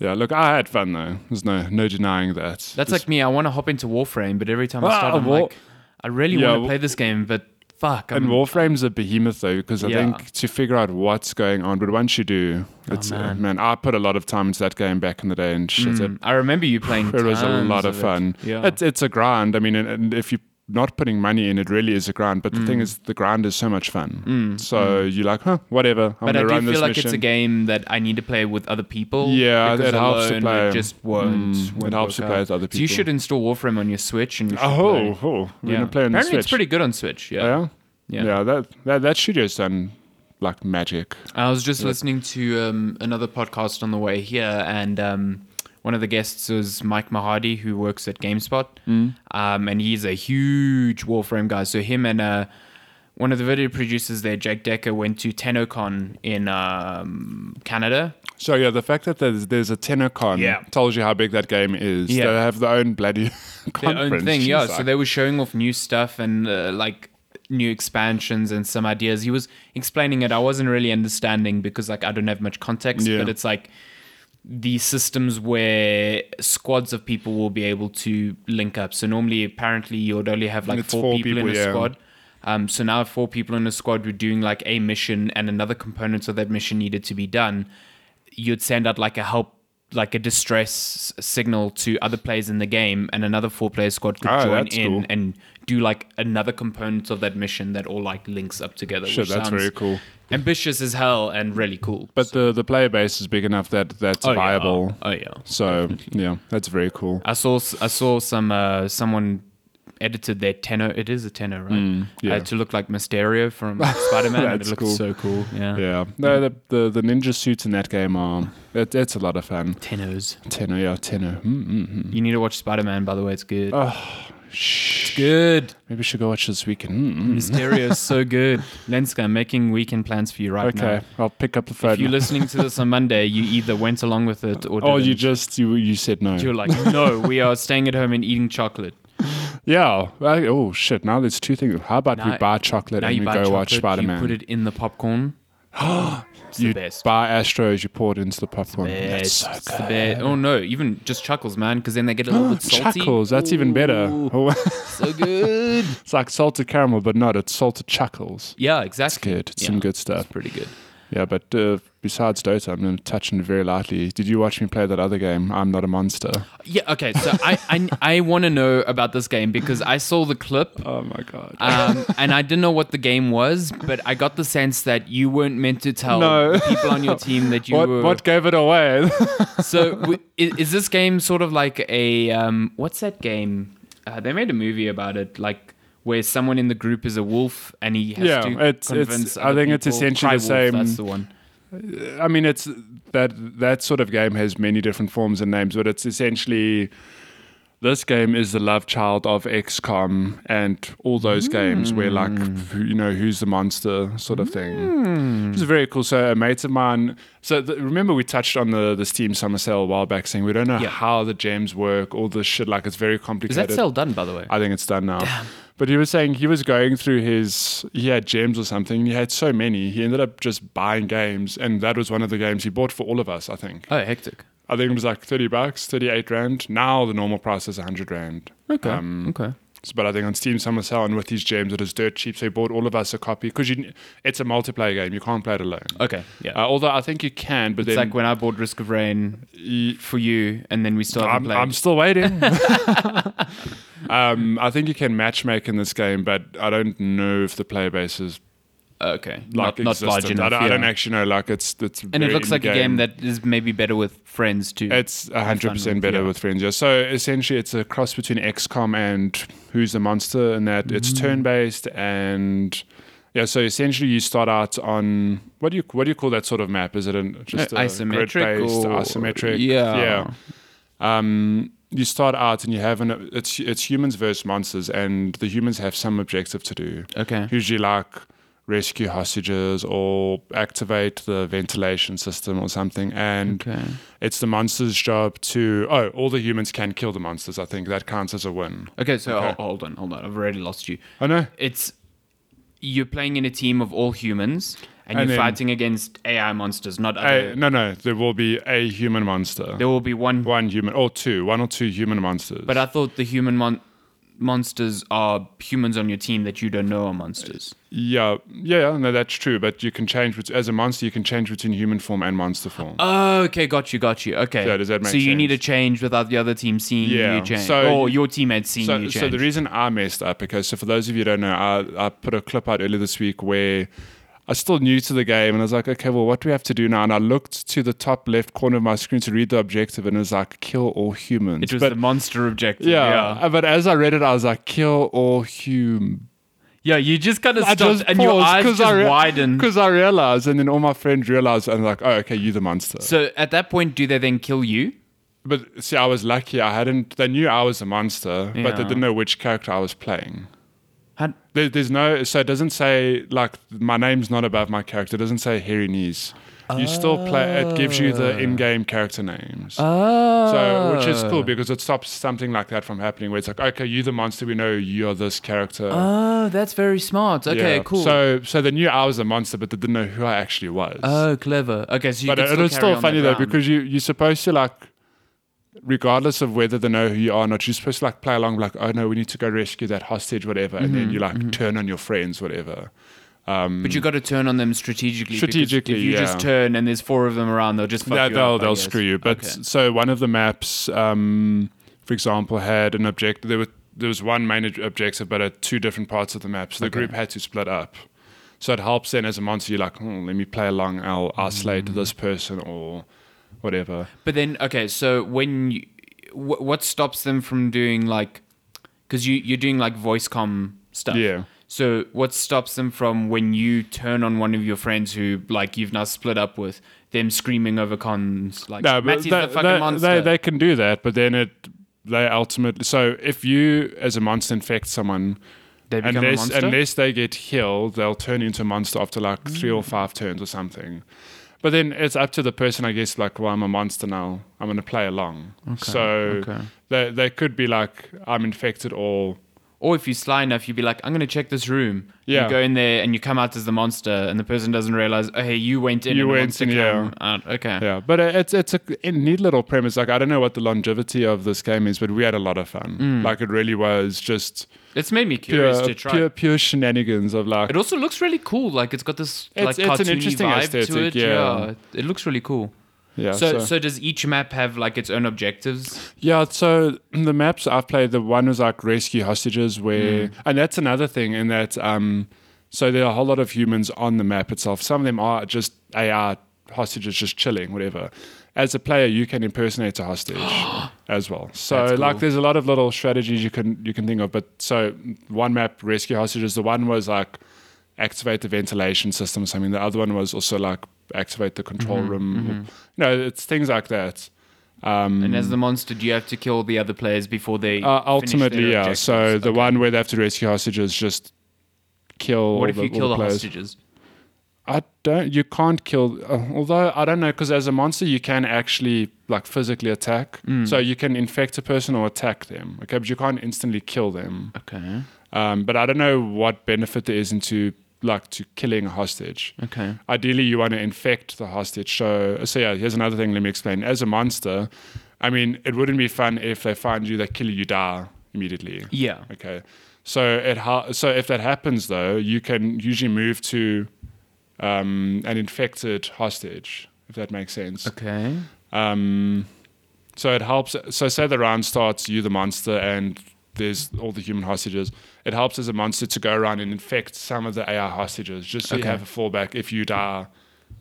Yeah, look, I had fun though. There's no no denying that.
That's like me. I want to hop into Warframe, but every time I
Ah,
start, I'm
War-
like, I really
Yeah,
want to
Wa-
play this game, but fuck, I'm,
And Warframe's a behemoth though, because I
um, Yeah. Oh,
think to figure out what's going on, but once you do, it's uh,
man.
man. I put a lot of time into that game back in the day, and shit,
Mm, I remember you playing.
it, it was a
tons
lot of
it.
fun.
Yeah.
It's it's a grind. I mean, and, and if you're not putting money in, it really is a grind. But the
Mm.
thing is, the grind is so much fun. So you're like, huh, whatever. I'm
But I
gonna
do
run
feel
this
like
mission.
it's a game that I need to play with other people.
Yeah,
because
it helps to
alone
play.
It just won't.
Mm, it
won't
helps to
work
play
out.
with other
So you
people.
should install Warframe on your Switch and you should play.
Oh, oh, we're
Yeah.
gonna play on the
Apparently,
Switch.
it's pretty good on Switch. Yeah.
Oh, yeah,
Yeah.
yeah. that, that that studio's done like magic.
I was just listening to um, another podcast on the way here, and um, one of the guests was Mike Mahadi, who works at GameSpot,
Mm.
um, and he's a huge Warframe guy. So him and uh, one of the video producers there, Jake Decker, went to TennoCon in um, Canada.
So yeah, the fact that there's there's a TennoCon
Yeah.
tells you how big that game is.
Yeah.
They have their own bloody
their
conference.
own thing. Yeah,
Jeez,
so
like-
they were showing off new stuff and uh, like new expansions and some ideas. He was explaining it. I wasn't really understanding because like I don't have much context,
Yeah.
but it's like the systems where squads of people will be able to link up. So normally, apparently, you would only have like
It's
four,
four
people, in
people,
a
yeah.
squad. Um, so now four people in a squad were doing like a mission and another component of that mission needed to be done. You'd send out like a help, like a distress signal to other players in the game, and another four player squad could
Oh,
join
that's
in
cool.
and do like another component of that mission that all like links up together.
Shit,
which
that's
sounds
very cool.
Ambitious as hell and really cool.
But the the player base is big enough that that's
Oh, yeah. Uh,
viable.
Oh, yeah.
So yeah, that's very cool.
I saw I saw some uh, someone edited their tenor. It is a tenor, right?
Mm, yeah.
uh, to look like Mysterio from Spider Man. and it
That's
looks
cool.
so cool. Yeah.
Yeah, no, the, the the ninja suits in that game are it, it's a lot of fun.
Tenors.
Tenno, yeah, Tenno. Mm, mm, mm.
You need to watch Spider Man. By the way, it's good.
Oh. Shh.
good.
Maybe we should go watch this weekend. Mm, mm.
Mysterio is so good. Lenska, I'm making weekend plans for you right
Okay, I'll pick up the
now.
phone.
If you're listening to this on Monday, you either went along with it or didn't.
oh, you just you you said no.
You're like, no, we are staying at home and eating chocolate.
Yeah. I- oh shit. Now there's two things. How about
Now-
we buy chocolate
Now
and
you
we
buy
go
chocolate,
watch Spider Man?
you put it in the popcorn. it's the
you
best.
buy Astros, you pour it into the popcorn.
Best.
That's so
It's
good.
the best. Oh no, even just chuckles, man, because then they get a little bit salty.
Chuckles, that's even better. Oh,
Ooh, so good.
it's like salted caramel, but not. It's salted chuckles.
Yeah, exactly.
Good. It's
Yeah,
some good
That's
stuff.
pretty good.
Yeah, but uh, besides Dota, I'm going to touch on it very lightly. Did you watch me play that other game? I'm not a monster.
Yeah. Okay. So I I, I want to know about this game because I saw the clip.
Oh my god.
Um, and I didn't know what the game was, but I got the sense that you weren't meant to tell
No.
the people on your team that you
what,
were.
what gave it away?
So, w- is, is this game sort of like a um, what's that game? Uh, they made a movie about it, like where someone in the group is a wolf and he has
Yeah,
to
it's- it's-
convince.
I
other
think it's
people-
essentially
Cry
the
Wolf,
same-
That's the one.
I mean, it's that that sort of game has many different forms and names, but it's essentially this game is the love child of XCOM and all those games where like
Hmm.
who- you know who's the monster sort of thing. It's very cool. So uh, mates of mine. So th- remember we touched on the the Steam Summer Sale a while back, saying we don't know
Yeah.
how the gems work, all this shit. Like it's very
Is
complicated.
that cell done, by the way?
I think it's done now. But he was saying he was going through his he had gems or something. He had so many. He ended up just buying games, and that was one of the games he bought for all of us. I think.
Oh, hectic.
I think it was like thirty bucks, thirty-eight rand. Now the normal price is hundred rand.
Okay.
Um,
okay.
so- but I think on Steam Summer Sale and with these gems, it is dirt cheap. So he bought all of us a copy because it's a multiplayer game. You can't play it alone.
Okay. Oh, Yeah.
Uh, although I think you can, but
it's
then
like when I bought Risk of Rain for you, and then we still haven't
I'm,
played.
I'm still waiting. um, I think you can matchmake in this game, but I don't know if the player base is
okay. Not,
like
not large
existent. I
enough.
don't, I don't
yeah.
actually know. Like it's it's
and it
very
looks like a game
in-game.
that is maybe better with friends too.
it's hundred
fun
percent
with,
better
yeah.
with friends. Yeah. So essentially, it's a cross between XCOM and Who's the Monster, and that it's
Mm.
turn based and. Yeah, so essentially you start out on what do you what do you call that sort of map? Is it an, just
Uh,
a
isometric
grid-based,
or-
isometric?
Yeah.
yeah. um, you start out and you have an it's it's humans versus monsters, and the humans have some objective to do.
Okay.
Usually, like rescue hostages or activate the ventilation system or something. And
Okay.
it's the monster's job to oh, all the humans can kill the monsters. I think that counts as a win. Oh,
Okay. So
Okay.
ho- hold on, hold on. I've already lost you.
I know.
It's you're playing in a team of all humans, and,
And
you're
then-
fighting against AI monsters, not other.
A, no, no, there will be a human monster,
there will be one,
one human or two, one or two human monsters.
but I thought the human mon- monsters are humans on your team that you don't know are monsters.
yeah, yeah, yeah, no, that's true. But you can change bet- as a monster, you can change between human form and monster form.
Oh, okay, got you, got you. Okay.
So does that make
So you need to
sense?
change without the other team seeing
Yeah,
you change,
so-
or your teammates seeing
so,
you change.
so the reason I messed up, okay, so for those of you who don't know, I, I put a clip out earlier this week where I was still new to the game and I was like, okay, well, what do we have to do now? And I looked to the top left corner of my screen to read the objective and it was like, kill all humans.
it was
But-
the monster objective.
yeah,
Yeah.
uh, but as I read it, I was like, kill all hum.
Yeah, you just kind of
I
stopped
just
and your
paused
eyes
'cause
just
I rea-
widen.
Because I realized, and then all my friends realized, and like, oh, okay, you the monster.
So at that point, do they then kill you?
But see, I was lucky. I hadn't. They knew I was a monster, but they
Yeah.
didn't know which character I was playing.
How,
There, there's no. So it doesn't say like my name's not above my character. It doesn't say hairy knees. You still play. It gives you
Ah.
the in-game character names.
oh.
So, which is cool because it stops something like that from happening, where it's like, okay, you're the monster. We know you're this character.
Oh, that's very smart. Okay,
Yeah.
cool.
So, so they knew I was a monster, but they didn't know who I actually was.
oh, clever. Okay, so you
but
can
it,
still
it was
carry
still
on
funny
that
though
round.
because you you're supposed to like, regardless of whether they know who you are or not, you're supposed to like play along like, oh no, we need to go rescue that hostage, whatever, and
Mm-hmm,
then you like turn on your friends, whatever. Um,
But you got to turn on them strategically. because
Strategically,
if you just
yeah.
turn and there's four of them around, they'll just fuck
they,
you
they'll
up, I
they'll
guess.
screw you. But
Okay.
so one of the maps, um, for example, had an objective. There were there was one main ob- objective, but at two different parts of the map. So the group had to split up. So it helps then as a monster, you're like, hmm, let me play along. I'll isolate
Mm.
this person or whatever.
But then, okay, so when you, wh- what stops them from doing like, because you you're doing like voice com stuff.
Yeah.
So what stops them from when you turn on one of your friends who like you've now split up with them screaming over cons like
No, but
Matty's
they,
the fucking
they-
monster.
They, they can do that, but then it they ultimately. So if you as a monster infect someone.
They become a
unless,
monster? Hmm.
unless they get healed, they'll turn into a monster after like three or five turns or something. But then it's up to the person, I guess. Like, well, I'm a monster now. I'm going to play along. so
okay.
they they could be like, I'm infected, or
Or if you're sly enough, you'd be like, I'm going to check this room.
Yeah.
You go in there and you come out as the monster, and the person doesn't realize, oh, hey, you went in.
You
and
went
the monster
in, yeah.
came Out. Okay.
yeah. But it- it's it's a, a neat little premise. Like, I don't know what the longevity of this game is, but we had a lot of fun.
Hmm.
Like, it really was just
It's made me curious
pure
to try.
pure pure shenanigans of like
It also looks really cool. Like it's got this
It's-
like
it's an
cartoony
interesting
vibe
aesthetic,
to it.
yeah.
It looks really cool.
yeah.
so, so does each map have like its own objectives?
Yeah, so the maps I've played, the one was like rescue hostages,
Hmm.
where, and that's another thing in that, um, so there are a whole lot of humans on the map itself. Some of them are just AR hostages, just chilling, whatever. As a player, you can impersonate a hostage as well. So,
That's cool.
like, there's a lot of little strategies you can you can think of. But so one map, rescue hostages. The one was like activate the ventilation system or something. The other one was also like activate the control
Mm-hmm.
room. You know, it's things like that. Um,
And as the monster, do you have to kill the other players before they
uh,
finish their
ultimately, yeah. So
objectives?
the one where they have to rescue hostages just kill. all
what if
the,
you
all
kill the,
players.
hostages?
I don't. You can't kill. Uh, although I don't know, because as a monster, you can actually like physically attack.
Mm.
So you can infect a person or attack them. Okay, but you can't instantly kill them.
Okay.
Um, but I don't know what benefit there is into like to killing a hostage.
Okay.
Ideally, you want to infect the hostage. So, so yeah, here's another thing. Let me explain. As a monster, I mean, it wouldn't be fun if they find you, they kill you, you die immediately.
Yeah.
Okay. So it ha- so if that happens though, you can usually move to um, an infected hostage, if that makes sense.
Okay.
Um, so it helps. So say the round starts, you the monster, and there's all the human hostages. It helps as a monster to go around and infect some of the AI hostages, just so you
Okay.
have a fallback. If you die,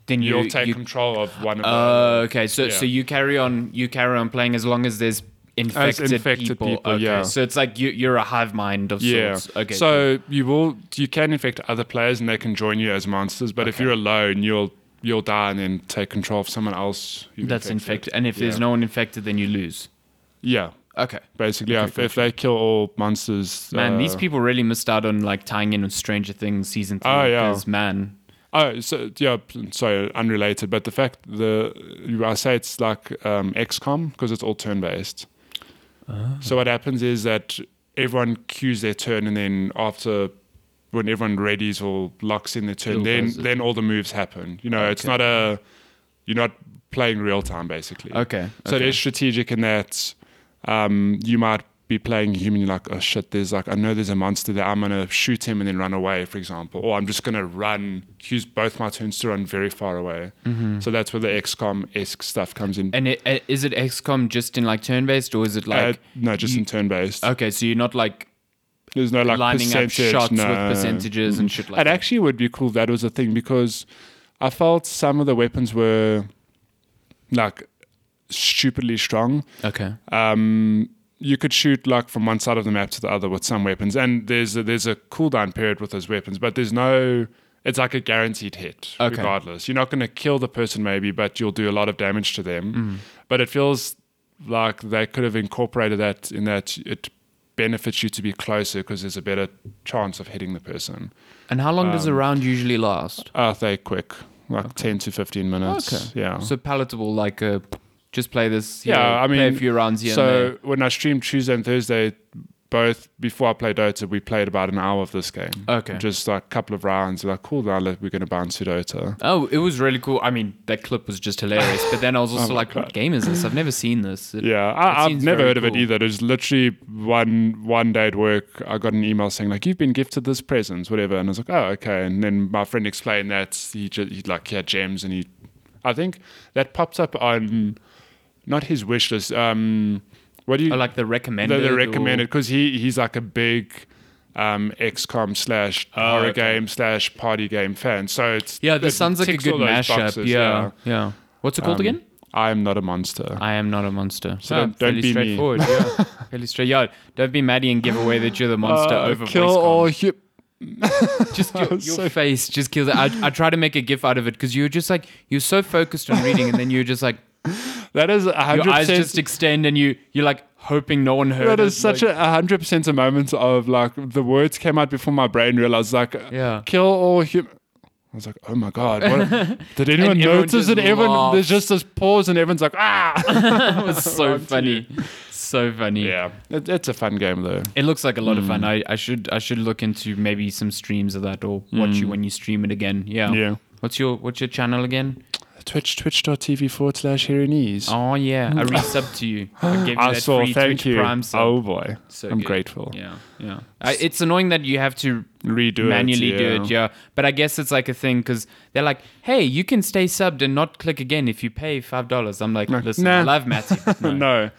Then you
you'll take
you-
control of one of
Oh, okay. So
Yeah.
so you carry on you carry on playing as long as there's infected,
infected
people.
people,
okay.
yeah.
So it's like you you're a hive mind of
the. Yeah.
sorts. Okay.
So you will you can infect other players and they can join you as monsters, but if
Okay.
you're alone, you'll you'll die and then take control of someone else. you've
that's infected. And if there's
Yeah.
no one infected then you lose.
Yeah.
Okay.
Basically, yeah, if, if they kill all monsters,
Man, these
uh,
people really missed out on like tying in with Stranger Things season three.
Oh, yeah.
'cause, man.
Oh, so yeah, p- sorry, unrelated. But the fact the you- I say it's like um, XCOM because it's all turn based. So what happens is that everyone queues their turn, and then after when everyone readies or locks in their turn,
Little
then
does it.
then all the moves happen. You know, it's
Okay.
not a you're not playing real time basically.
Okay.
So it
okay.
is strategic in that um, you might be playing human. You're like, oh shit, there's like, I know there's a monster there. I'm gonna shoot him and then run away, for example, or I'm just gonna run, use both my turns to run very far away. So that's where the XCOM esque stuff comes in.
Mm-hmm. and it, uh, is it XCOM just in like turn based or is it
Uh,
like
no, just
you-
in turn based.
okay? So you're not like,
There's no like
lining up
percentage,
shots
no.
with percentages and shit like
It
that.
actually would be cool if that was a thing because I felt some of the weapons were like stupidly strong.
Okay.
um, you could shoot like from one side of the map to the other with some weapons, and there's a, there's a cooldown period with those weapons, but there's no. It's like a guaranteed hit,
Okay.
regardless. You're not going to kill the person, maybe, but you'll do a lot of damage to
Mm-hmm.
them. But it feels like they could have incorporated that in that it benefits you to be closer because there's a better chance of hitting the person.
And how long
Um,
does a round usually last?
Are they quick? Like 10 to 15 minutes.
Okay.
Yeah.
So palatable, like uh, just play this.
uh-huh. Yeah,
yeah,
I
play a
mean,
few rounds here. and
So when I streamed Tuesday and Thursday, both before I played Dota, we played about an hour of this game.
there. okay.
Just like a couple of rounds. Like, cool, now let- we're going to bounce to Dota.
Oh, it was really cool. I mean, that clip was just hilarious. But then I was also
Oh my
like, "What
God.
game is this? I've never seen this." It-
Yeah, I, I've
seems
never
very
heard of it
cool.
either. It was literally one one day at work. I got an email saying like, "You've been gifted this present, whatever," and I was like, "Oh, okay." And then my friend explained that he just he like he had gems, and he, I think that popped up on, not his wish list. Um, what do you
Oh, like the recommended.
They they
or-
recommend it because he he's like a big um, XCOM slash
Oh,
horror
okay.
game slash party game fan. So it's
Yeah, this
it
sounds like a
ticks
good
all those
mashup.
boxes,
yeah, yeah, What's it called
Um,
again?
I am not a monster.
I am not a monster.
So
Oh,
don't- don't
fairly
be me.
straightforward. Yeah, fairly straight. Yeah, don't be Maddie and give away that you're the monster
Uh,
over
kill
voice comms.
all hu-
just your, your
so-
face just kills it. I, I try to make a gif out of it because you're just like you're so focused on reading, and then you're just like
That is
your
hundred
eyes just
percent.
extend, and you you're like hoping no one heard.
That
it.
is such
like,
a hundred percent a moment of like the words came out before my brain realized like
Yeah.
kill all human. I was like, oh my god! What? Did anyone
everyone
notice?
just
And everyone,
laughs.
there's just this pause, and everyone's like, ah!
that was so funny, so funny.
yeah, it, it's a fun game though.
It looks like a lot of
Mm.
fun. I, I should I should look into maybe some streams of that or watch you when you stream it again. Yeah.
Mm. Yeah.
What's your what's your channel again?
Twitch, twitch.tv forward slash here
Oh yeah, I resubbed to you. I gave you
I
that
saw,
free
thank
Twitch
you.
Prime sub.
Oh boy.
So
I'm
good.
grateful.
Yeah, yeah. I, it's annoying that you have to
Redo
manually
it.
do it, yeah. But I guess it's like a thing because they're like, "Hey, you can stay subbed and not click again if you pay five dollars." I'm like, "Listen, I
Nah.
love Matty, but no.
No.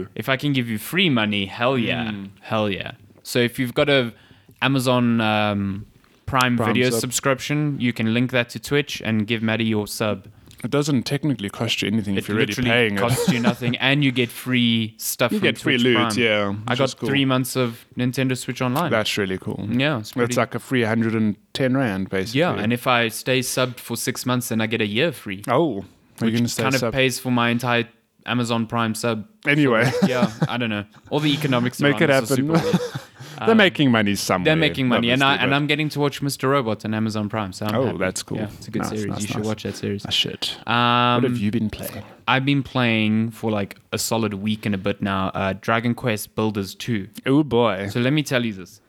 No.
If I can give you free money, hell yeah,
Hmm.
hell yeah." So if you've got a Amazon um, Prime,
Prime
Video
sub.
subscription, you can link that to Twitch and give Maddie your sub.
It doesn't technically cost you anything if
It
you're already
literally
paying it.
costs you nothing, and you get free stuff.
You
from
get free
Twitch
loot,
Prime.
yeah,
I
which
got
is cool.
three months of Nintendo Switch Online.
That's really cool.
yeah, it's pretty,
That's like a free 110 rand, basically.
yeah. And if I stay subbed for six months, then I get a year free,
oh, are you going to
which
stay
kind of
sub?
pays for my entire Amazon Prime sub.
anyway,
Yeah, I don't know. All the economics
Make
around
it
this are
happen.
super weird.
they're making money somewhere.
They're making money, and I
obviously,
and
but-
I'm getting to watch Mr. Robot on Amazon Prime. So I'm
Oh,
happy.
that's cool.
Yeah, it's a good
Nice,
series.
nice,
you should
nice.
watch that series.
Ah, shit.
Um,
what have you been playing?
I've been playing for like a solid week and a bit now. Uh, Dragon Quest Builders Two.
Oh boy,
So let me tell you this: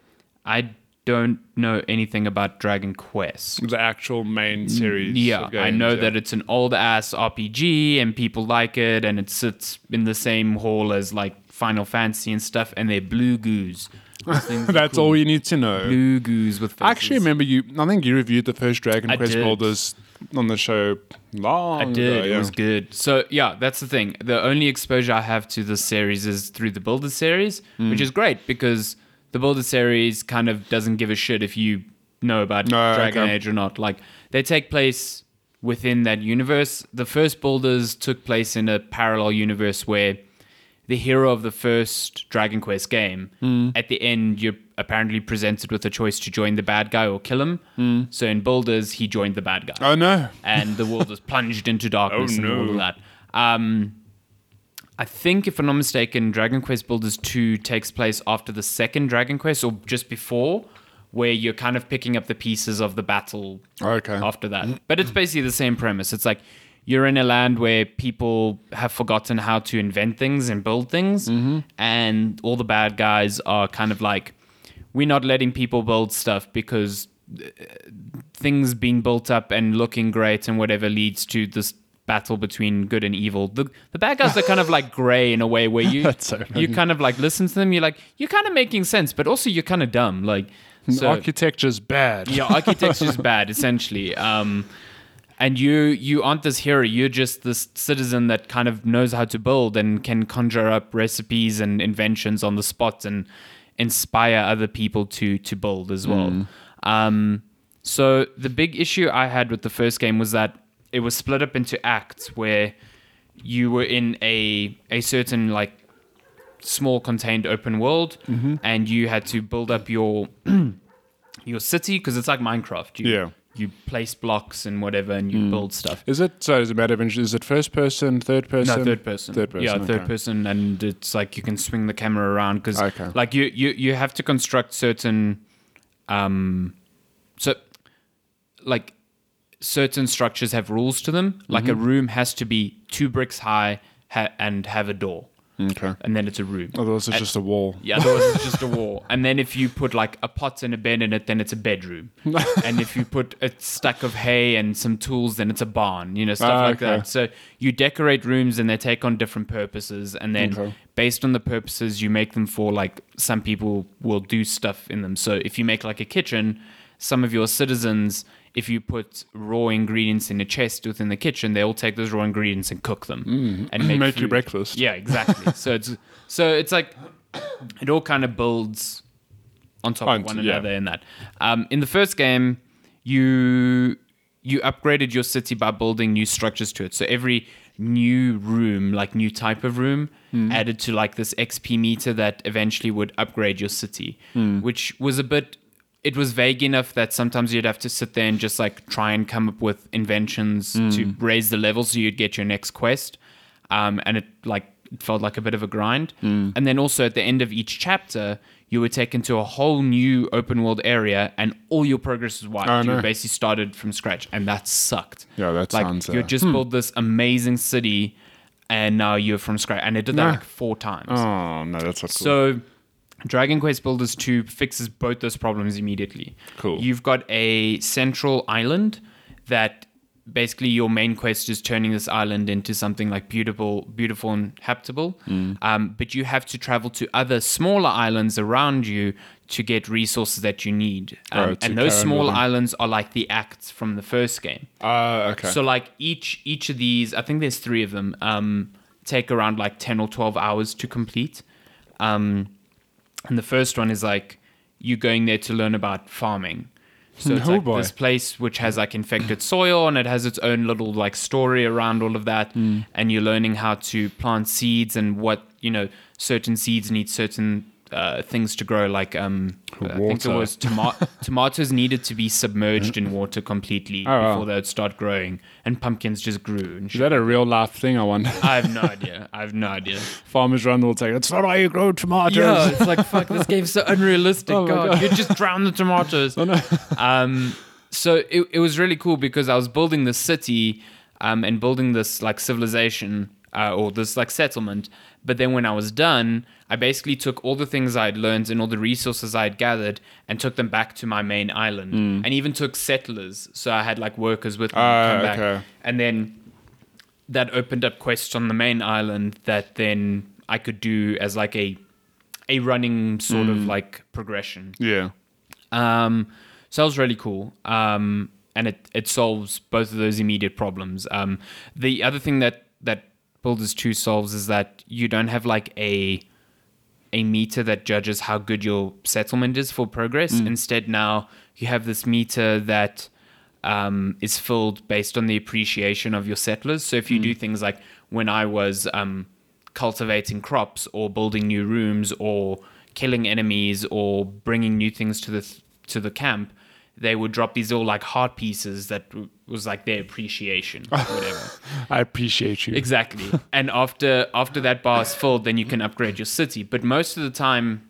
I don't know anything about Dragon Quest.
the actual main series.
Yeah,
of
I
games,
know
yeah.
that it's an old ass RPG and people like it, and it sits in the same hall as like Final Fantasy and stuff, and they're blue goos. Those things are
That's
cool.
all you need to know.
Blue goos with
I actually
faces.
remember you. I think you reviewed the first Dragon
I
Quest
did.
Builders on the show long.
I did.
Ago,
It
yeah.
was good. So yeah, that's the thing. The only exposure I have to this series is through the Builder series,
Mm.
which is great because the Builder series kind of doesn't give a shit if you know about
No,
Dragon
okay.
Age or not. Like they take place within that universe. The first Builders took place in a parallel universe where the hero of the first Dragon Quest game,
Mm.
at the end, you're apparently presented with a choice to join the bad guy or kill him.
Mm.
So in Builders, he joined the bad guy
Oh no!
and the world was plunged into darkness
Oh,
and all
no.
of that. Um, I think, if I'm not mistaken, Dragon Quest Builders 2 takes place after the second Dragon Quest or just before, where you're kind of picking up the pieces of the battle
Okay. Mm-hmm.
after that. But it's basically the same premise. It's like you're in a land where people have forgotten how to invent things and build things,
Mm-hmm.
and all the bad guys are kind of like, we're not letting people build stuff because uh, things being built up and looking great and whatever leads to this battle between good and evil. The the bad guys are kind of like grey in a way where you
That's so funny.
you kind of like listen to them. You're like you're kind of making sense, but also you're kind of dumb. Like so,
Architecture's bad.
yeah, architecture's bad essentially. Um, and you you aren't this hero. You're just this citizen that kind of knows how to build and can conjure up recipes and inventions on the spot and inspire other people to to build as well. Um, so the big issue I had with the first game was that it was split up into acts where you were in a a certain like small contained open world and you had to build up your your city because it's like Minecraft. You,
Yeah.
You place blocks and whatever, and you build stuff.
Is it so? Does it matter? of interest- Is it first person, third person?
No, third person.
Third person.
Yeah, third
okay.
person, and it's like you can swing the camera around because,
Okay.
like, you you you have to construct certain, um, so, like, certain structures have rules to them. Like
Mm-hmm.
a room has to be two bricks high ha- and have a door,
Okay.
and then it's a room.
Otherwise, it's just a wall.
Yeah, otherwise it's just a wall. And then if you put like a pot and a bed in it, then it's a bedroom. and if you put a stack of hay and some tools, then it's a barn, you know, stuff
Ah,
like
okay.
that. So you decorate rooms and they take on different purposes. And then
Okay.
based on the purposes, you make them for like some people will do stuff in them. So if you make like a kitchen, some of your citizens, if you put raw ingredients in a chest within the kitchen, they all take those raw ingredients and cook them and make,
Mm. Make you
food.
breakfast.
Yeah, exactly. so it's so it's like it all kind of builds on top
On-
of one
yeah.
another in that. Um, in the first game, you you upgraded your city by building new structures to it. So every new room, like new type of room, added to like this XP meter that eventually would upgrade your city, which was a bit. It was vague enough that sometimes you'd have to sit there and just like try and come up with inventions to raise the level so you'd get your next quest um, and it like it felt like a bit of a grind.
Mm.
And then also at the end of each chapter, you were taken to a whole new open world area, and all your progress was wiped.
Oh,
You
no.
basically started from scratch, and that sucked.
Yeah, that
like,
sounds, uh,
You just built this amazing city, and now you're from scratch. And it did that
Nah.
like four times.
Oh no, that's not cool.
So, Dragon Quest Builders 2 fixes both those problems immediately.
Cool.
You've got a central island that basically your main quest is turning this island into something like beautiful, beautiful and habitable.
Mm.
Um, but you have to travel to other smaller islands around you to get resources that you need. Um,
Oh, to
and those
carry on
small
with them.
islands are like the acts from the first game.
Ah, okay.
So like each each of these, I think there's three of them. Um, take around like ten or twelve hours to complete. Um, and the first one is like you going there to learn about farming. So it's
No,
like
Oh, boy.
this place which has like infected soil and it has its own little like story around all of that.
Hmm.
And you're learning how to plant seeds and what, you know, certain seeds need certain uh, things to grow. Like, um, I think it
Water.
was toma- tomatoes needed to be submerged in water completely
Oh, wow.
before they would start growing. And pumpkins just grew and
Is
shit.
that a real life thing? I wonder.
I have no idea. I have no idea.
Farmers run will take. That's not how you grow tomatoes.
Yeah, it's like fuck. This game's so unrealistic.
Oh my
God, Oh,
God.
you just drown the tomatoes. um, so it it was really cool because I was building this city, um, and building this like civilization uh, or this like settlement. But then when I was done, I basically took all the things I had learned and all the resources I had gathered and took them back to my main island, and even took settlers. So I had like workers with me
Ah,
come back,
okay.
and then that opened up quests on the main island that then I could do as like a a running sort
Hmm.
of like progression.
Yeah.
Um, so that was really cool. Um, and it, it solves both of those immediate problems. Um, the other thing that, that Builders 2 solves is that you don't have like a a meter that judges how good your settlement is for progress. Instead, now you have this meter that um, is filled based on the appreciation of your settlers. So if you do things like when I was um, cultivating crops or building new rooms or killing enemies or bringing new things to the to the camp, they would drop these little like heart pieces that w- was like their appreciation, or whatever.
I appreciate you.
Exactly. and after after that bar is filled, then you can upgrade your city. But most of the time,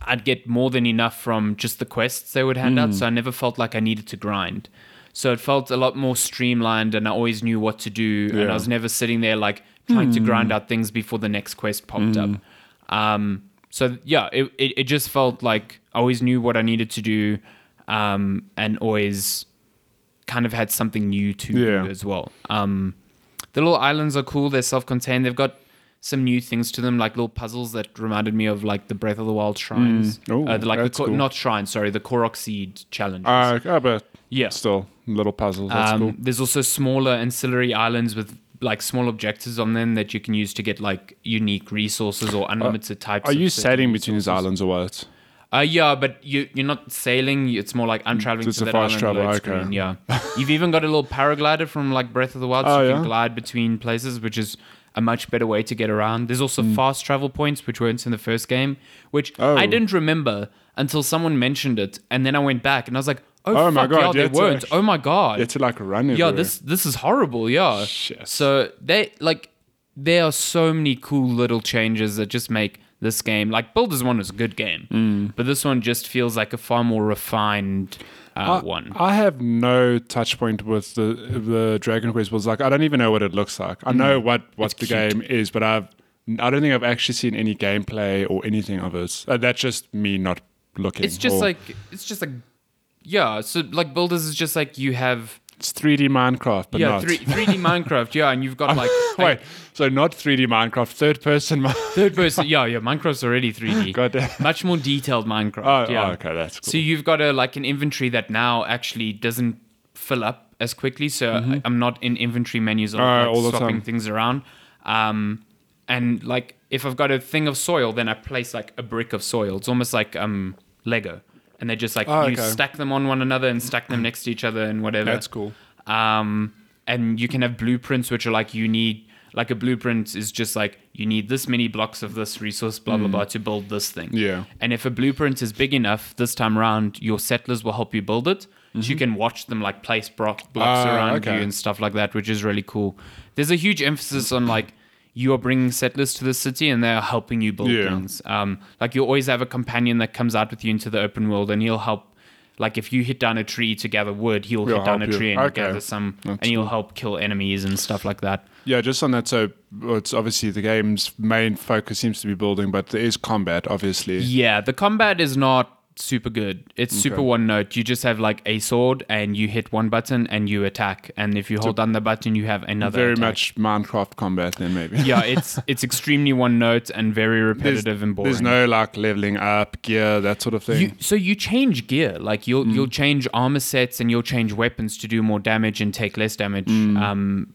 I'd get more than enough from just the quests they would hand
Hmm.
out, so I never felt like I needed to grind. So it felt a lot more streamlined, and I always knew what to do, and
Yeah. Hmm.
I was never sitting there like trying to grind out things before the next quest popped up. Um, so yeah, it, it it just felt like I always knew what I needed to do, um, and always kind of had something new to
Yeah.
do as well. Um, the little islands are cool. They're self-contained. They've got some new things to them, like little puzzles that reminded me of like the Breath of the Wild shrines.
Oh,
uh, the, like the
that's
co-
cool.
not shrines, sorry, the Korok seed challenges.
Uh, oh, but
Yeah.
still little puzzles. That's
Um,
cool.
There's also smaller ancillary islands with like small objectives on them that you can use to get like unique resources or unlimited types.
Uh, Are
of
you
certain
sailing between these
resources.
islands or what?
Uh, yeah, but you you're not sailing. It's more like I'm traveling
Mm, It's
to
a
that
fast
island.
travel,
load
okay.
screen, Yeah, you've even got a little paraglider from like Breath of the Wild, so
Oh,
you
yeah?
can glide between places, which is a much better way to get around. There's also fast travel points, which weren't in the first game, which
Mm. Oh.
I didn't remember until someone mentioned it, and then I went back and I was like, oh,
Oh my
fuck,
God,
yeah,
yeah,
they
it's a-
weren't. oh my god,
You had to like run it.
yeah, this this is horrible. Yeah.
Shit.
So they like there are so many cool little changes that just make this game like Builders One was a good game,
Hmm.
but this one just feels like a far more refined uh, one.
I have no touch point with the the Dragon Quest was like I don't even know what it looks like. I know what what the game is, but I've I don't think I've actually seen any gameplay or anything of it. Uh, that's just me not looking.
it's just
or-
like it's just like yeah. So like Builders is just like you have
it's 3D Minecraft, but
yeah
not
three three D Minecraft yeah, and you've got like
wait. So not 3D Minecraft, third person. Mi-
third person yeah yeah Minecraft's already three D.
Goddamn.
Much more detailed Minecraft.
Oh,
yeah.
oh, okay, that's cool.
So you've got a like an inventory that now actually doesn't fill up as quickly. So I, am not in inventory menus or
Uh,
like,
Mm-hmm. all the
swapping
time.
things around. Um, and like if I've got a thing of soil, then I place like a brick of soil. It's almost like um Lego, and they just like
Oh,
you
okay.
stack them on one another and stack them next to each other and whatever.
That's cool.
Um, and you can have blueprints, which are like you need. Like a blueprint is just like you need this many blocks of this resource, blah blah blah, to build this thing.
Mm. Yeah.
And if a blueprint is big enough this time around, your settlers will help you build it. So you can watch them like place bro- blocks
Mm-hmm. Ah,
around
okay.
you and stuff like that, which is really cool. There's a huge emphasis on like you are bringing settlers to the city and they are helping you build
Yeah.
things. Um, like you always have a companion that comes out with you into the open world and he'll help. Like if you hit down a tree to gather wood, he'll
He'll
hit down a
help you.
tree and
Okay.
gather some,
That's
and he'll help kill enemies and stuff like that.
Yeah, just on that. So well, it's obviously the game's main focus seems to be building, but there is combat, obviously.
Yeah, the combat is not super good. It's super one note. You just have like a sword and you hit one button and you attack. And if you hold down the button, you have another.
Very
attack.
much Minecraft combat, then maybe.
Yeah, it's it's extremely one note and very repetitive and boring.
There's no like leveling up, gear, that sort of thing. Mm.
You, so you change gear, like you'll you'll change armor sets and you'll change weapons to do more damage and take less damage.
Mm.
Um,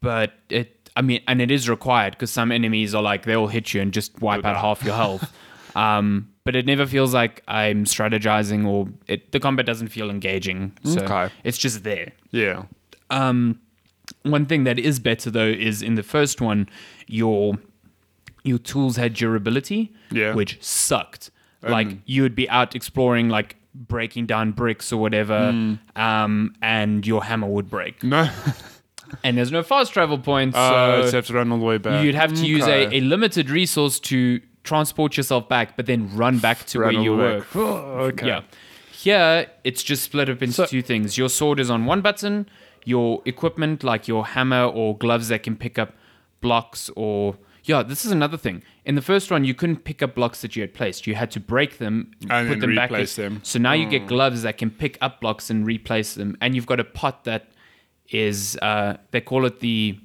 but it, I mean, and it is required because some enemies are like they'll hit you and just wipe out half your health. Um, but it never feels like I'm strategizing or it, the combat doesn't feel engaging. So
Okay.
it's just there.
Yeah.
Um, one thing that is better though is in the first one, your your tools had durability,
Yeah. Um,
which sucked. like you would be out exploring, like breaking down bricks or whatever,
Hmm.
um, and your hammer would break.
No.
And there's no fast travel points,
Hmm. Uh,
so
so have to run all the way back.
you'd have to use a, E,
Okay.
a limited resource to transport yourself back, but then run back to
Run
where
all
you
the way
were.
back. Oh, okay.
Yeah. Here, it's just split up into
So-
two things. Your sword is on one button, your equipment, like your hammer or gloves that can pick up blocks or. Yeah, this is another thing. In the first one, you couldn't pick up blocks that you had placed. You had to break them,
And
put
then
them back. in.
replace them.
So now you get gloves that can pick up blocks and replace them. And you've got a pot that is, uh, they call it the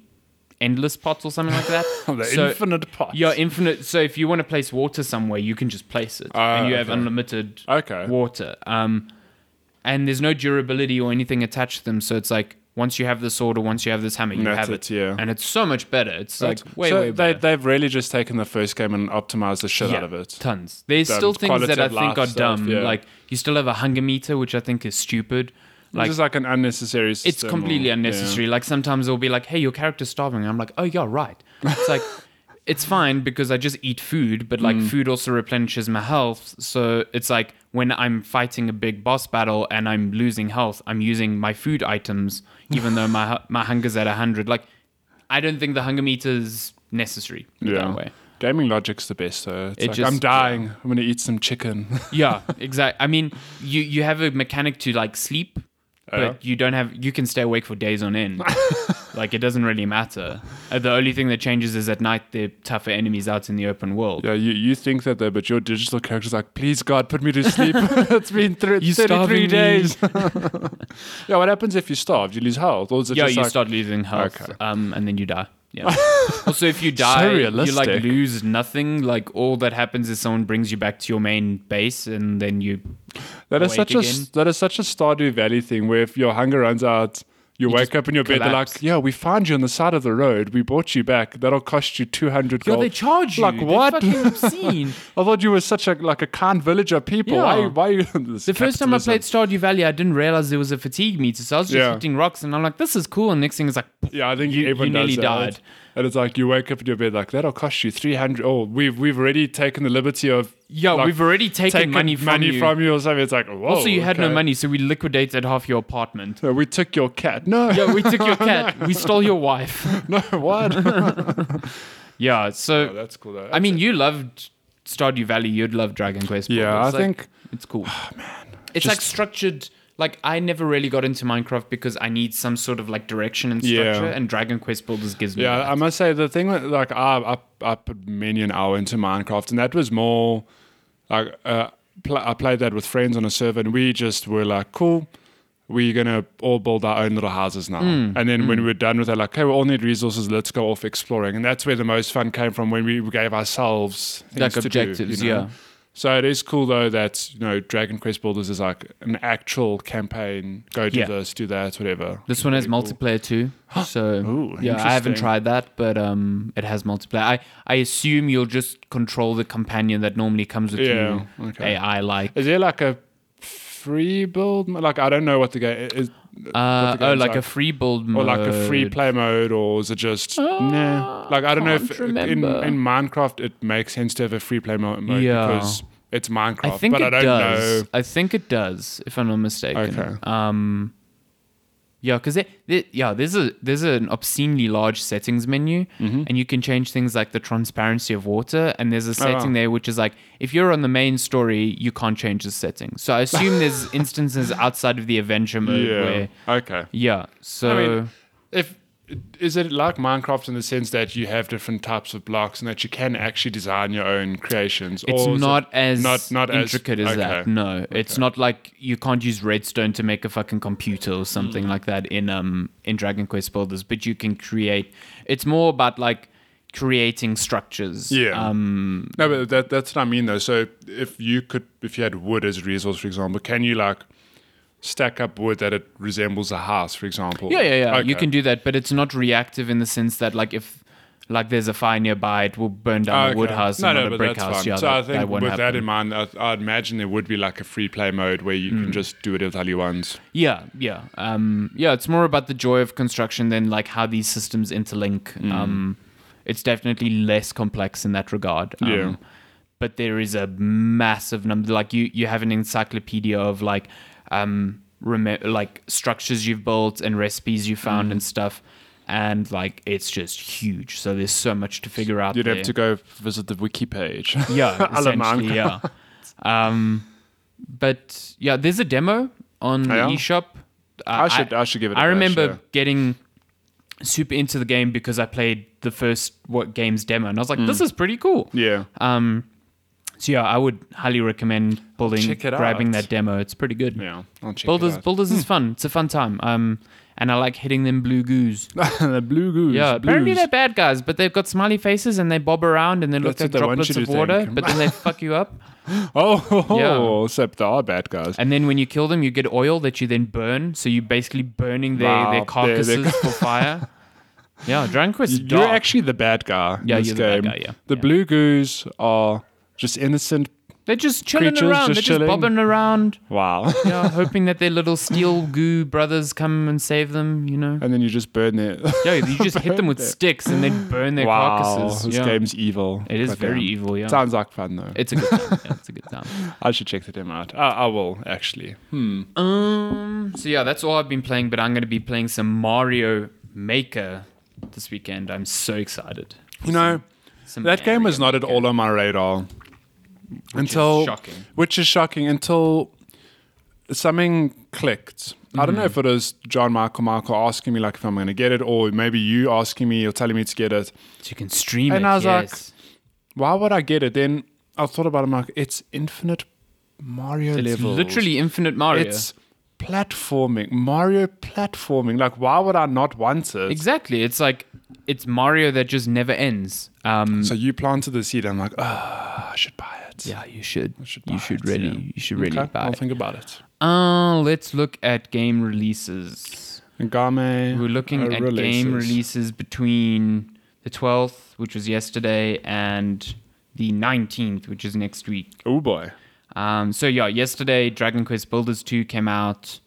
endless pot or something like that.
The
So-
infinite pot.
yeah, infinite. So if you want to place water somewhere, you can just place it, and you have
Ah, okay.
unlimited
Okay.
water. Um, and there's no durability or anything attached to them, so it's like once you have this sword or once you have this hammer, you
That's
have it.
it, yeah.
And it's so much better. It's like way
so
way
they,
better.
they've really just taken the first game and optimized the shit
Yeah,
out of it.
Tons. There's
The
still things
quality
that I
of
think
life
are
stuff,
dumb.
yeah.
Like you still have a hunger meter, which I think is stupid. Like
just like an unnecessary. System
it's completely
or-
unnecessary. Like sometimes it'll be like, "Hey, your character's starving." I'm like, "Oh, yeah, right." It's like it's fine because I just eat food, but
Mm.
like food also replenishes my health. So it's like when I'm fighting a big boss battle and I'm losing health, I'm using my food items, even though my hu- my hunger's at hundred. Like I don't think the hunger meter's necessary
Yeah.
yeah.
yeah.
that way.
Gaming logic's the best though. It's
It
like,
just-
I'm dying. I'm gonna eat some chicken.
Yeah, exactly. I mean, you you have a mechanic to like sleep, but
Yeah.
you don't have you can stay awake for days on end. like it doesn't really matter. Uh, the only thing that changes is at night they're tougher enemies out in the open world.
yeah, you, you think that though, but your digital character's like, please God, put me to sleep. it's been thr-
You
33
starving
days. yeah, what happens if you starve? You lose health, or is it
Yeah,
just
you
like,
start losing health,
Okay.
um, and then you die. Yeah. also, if you die, you like
realistic.
lose nothing. Like all that happens is someone brings you back to your main base, and then you
That is
awake
such a
again.
that is such a Stardew Valley thing where if your hunger runs out, you, wake
just
up in your bed. They're
collapse.
like, "Yeah, we found you on the side of the road. We bought you back. That'll cost you two hundred
yo,
gold."
they charge you.
Like
They're
what?
fucking obscene.
I thought you were such a like a kind village of people. Why?
Yeah.
Why you?
The first time I played Stardew Valley, I didn't realize there was a fatigue meter, so I was just
Yeah.
hitting rocks, and I'm like, "This is cool." And next thing is like,
yeah, I think
you- you
everyone
nearly
does that.
died.
And it's like you wake up in your bed like that'll cost you three hundred. Oh, we've we've already taken the liberty of
"Yo,
like,
we've already taken,
taken
money from you."
or something. It's like whoa.
also, you had no
Oh, okay.
money, so we liquidated half your apartment.
So we took your cat. No,
Yeah, we took your cat. We stole your wife.
no, what? oh,
Yeah, so
that's cool though.
I mean, you loved Stardew Valley. You'd love Dragon Quest. but
Yeah,
it's
I
like-
think- Oh,
it's cool. it's like structured. Like I never really got into Minecraft because I need some sort of like direction and
Yeah.
structure, and Dragon Quest Builders gives me.
Yeah,
that.
I must say the thing with like I I, I put many an hour into Minecraft, and that was more like uh, pl- I played that with friends on a server, and we just were like, cool. We're gonna all build our own little houses now,
Hmm,
and then when we were done with that, like, okay, we all need resources. Let's go off exploring, and that's where the most fun came from when we gave ourselves things
Like
to do,
objectives,
you know?
yeah.
So it is cool though that you know Dragon Quest Builders is like an actual campaign. Go do
Yeah.
this, do that, whatever.
This one has multiplayer too, so
Ooh,
yeah, I haven't
interesting.
tried that, but um, it has multiplayer. I, I assume you'll just control the companion that normally comes with
Yeah,
you.
okay.
AI like
Is there like a free build? Like I don't know what the game is,
uh, oh,
game's
like,
like.
a free build mode.
or like a free play mode, or is it just nah? Like I don't know if
Ah, can't
in in
remember.
Minecraft it makes sense to have a free play mo- mode
Yeah.
because it's Minecraft.
I think
but
it
I don't
does.
know.
I think it does, if I'm not mistaken.
Okay.
Um, yeah, because yeah, there's a there's an obscenely large settings menu,
Mm-hmm.
and you can change things like the transparency of water. And there's a
Oh, wow.
setting there which is like if you're on the main story, you can't change the setting. So I assume there's instances outside of the adventure mode
Yeah.
where
Okay.
yeah. So
I mean, if is it like Minecraft in the sense that you have different types of blocks and that you can actually design your own creations?
it's
or is
not
it
as
not not
intricate as,
as,
that.
okay.
No, it's not like you can't use redstone to make a fucking computer or something like that in um in Dragon Quest Builders, but you can create. It's more about like creating structures.
Yeah.
Um.
No, but that, that's what I mean though. So if you could, if you had wood as a resource, for example, can you like stack up wood that it resembles a house, for example?
Yeah, yeah, yeah. You
Okay.
can do that, but it's not reactive in the sense that like if like there's a fire nearby, it will burn down a wood
Ah, Okay.
house and not a brick house. Yeah,
so
that,
I
that
think
won't
with that
happen.
in mind, I, I'd imagine there would be like a free play mode where you
Hmm.
can just do whatever the hell you want.
Yeah, yeah, um, yeah. It's more about the joy of construction than like how these systems interlink.
Mm.
Um, it's definitely less complex in that regard. Um,
Yeah.
But there is a massive number. Like you, you have an encyclopedia of like, um, rem- like structures you've built and recipes you found
Mm.
and stuff, and like it's just huge. So there's so much to figure out.
You'd
there.
have to go visit the wiki page.
Yeah,
la manga.
essentially, yeah. Um, but yeah, there's a demo on the
Oh, Yeah.
eShop. Uh,
I should- I should give it a
I
bash,
remember
yeah.
getting super into the game because I played the first what games demo, and I was like,
Mm.
"This is pretty cool."
yeah.
Um, so yeah, I would highly recommend building,
Check it
grabbing
out.
that demo. It's pretty good.
Yeah. I'll check
Builders,
it out. Hmm.
builders is fun. It's a fun time. Um, and I like hitting them blue goos.
the blue goose.
Yeah, apparently
blues.
they're bad guys, but they've got smiley faces and they bob around and they look
That's
like
what they want
droplets
you
of
to
water,
think.
but then they fuck you up.
Oh,
Yeah.
except they are bad guys.
And then when you kill them, you get oil that you then burn. So you're basically burning their,
Wow,
their
they-
carcasses
they-
for fire. Yeah, Dragon Quest. is
You're
dark.
actually the bad guy in
Yeah,
this
you're the
game.
bad guy, yeah.
The
Yeah.
blue goose are just innocent.
They're just chilling
creatures
around.
just
They're just
chilling.
bobbing around.
Wow.
Yeah, hoping that their little steel goo brothers come and save them. You know.
and then you just burn their
Yeah, you just hit them with sticks and they burn their
wow,
carcasses.
This
yeah.
game's evil.
It is
But
very
yeah.
evil. Yeah.
Sounds like fun though.
It's a good time. Yeah, it's a good time.
I should check the demo out. I, I will actually. Hmm.
Um. So yeah, that's all I've been playing. But I'm going to be playing some Mario Maker this weekend. I'm so excited.
You know,
Some
that game was
Mario
not at
Maker.
all on my radar until
shocking.
which is shocking until something clicked. I don't know
Hmm.
if it was John Michael Michael asking me like if I'm going to get it, or maybe you asking me or telling me to get it.
So you can stream
And
it.
I was like,
yes.
Why would I get it? Then I thought about it. I'm like, it's infinite Mario
it's
levels.
literally infinite Mario.
it's platforming Mario platforming. Like, why would I not want it?
exactly. It's like it's Mario that just never ends. Um.
So you planted the seed. I'm like, ah, I should buy it.
yeah, you should.
should
you
buy
should
it,
really.
yeah.
You should really
Okay,
buy
I'll
it.
think about it.
Uh, let's look at game releases.
Ngame.
We're looking
uh,
at game releases between the 12th, which was yesterday, and the 19th, which is next week.
Oh boy.
Um, so yeah, yesterday Dragon Quest Builders 2 came out.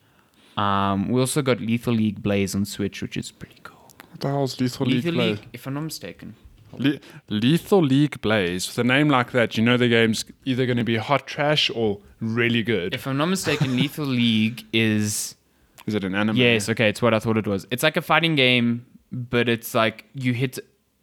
Um, we also got Lethal League Blaze on Switch, which is pretty cool.
What the hell's Lethal,
Lethal
League,
League, if I'm not mistaken.
Blaze? Le- Lethal League Blaze. With a name like that, you know the game's either going to be hot trash or really good.
If I'm not mistaken, Lethal League is
Is it an anime?
yes, okay, it's what I thought it was. It's like a fighting game, but it's like you hit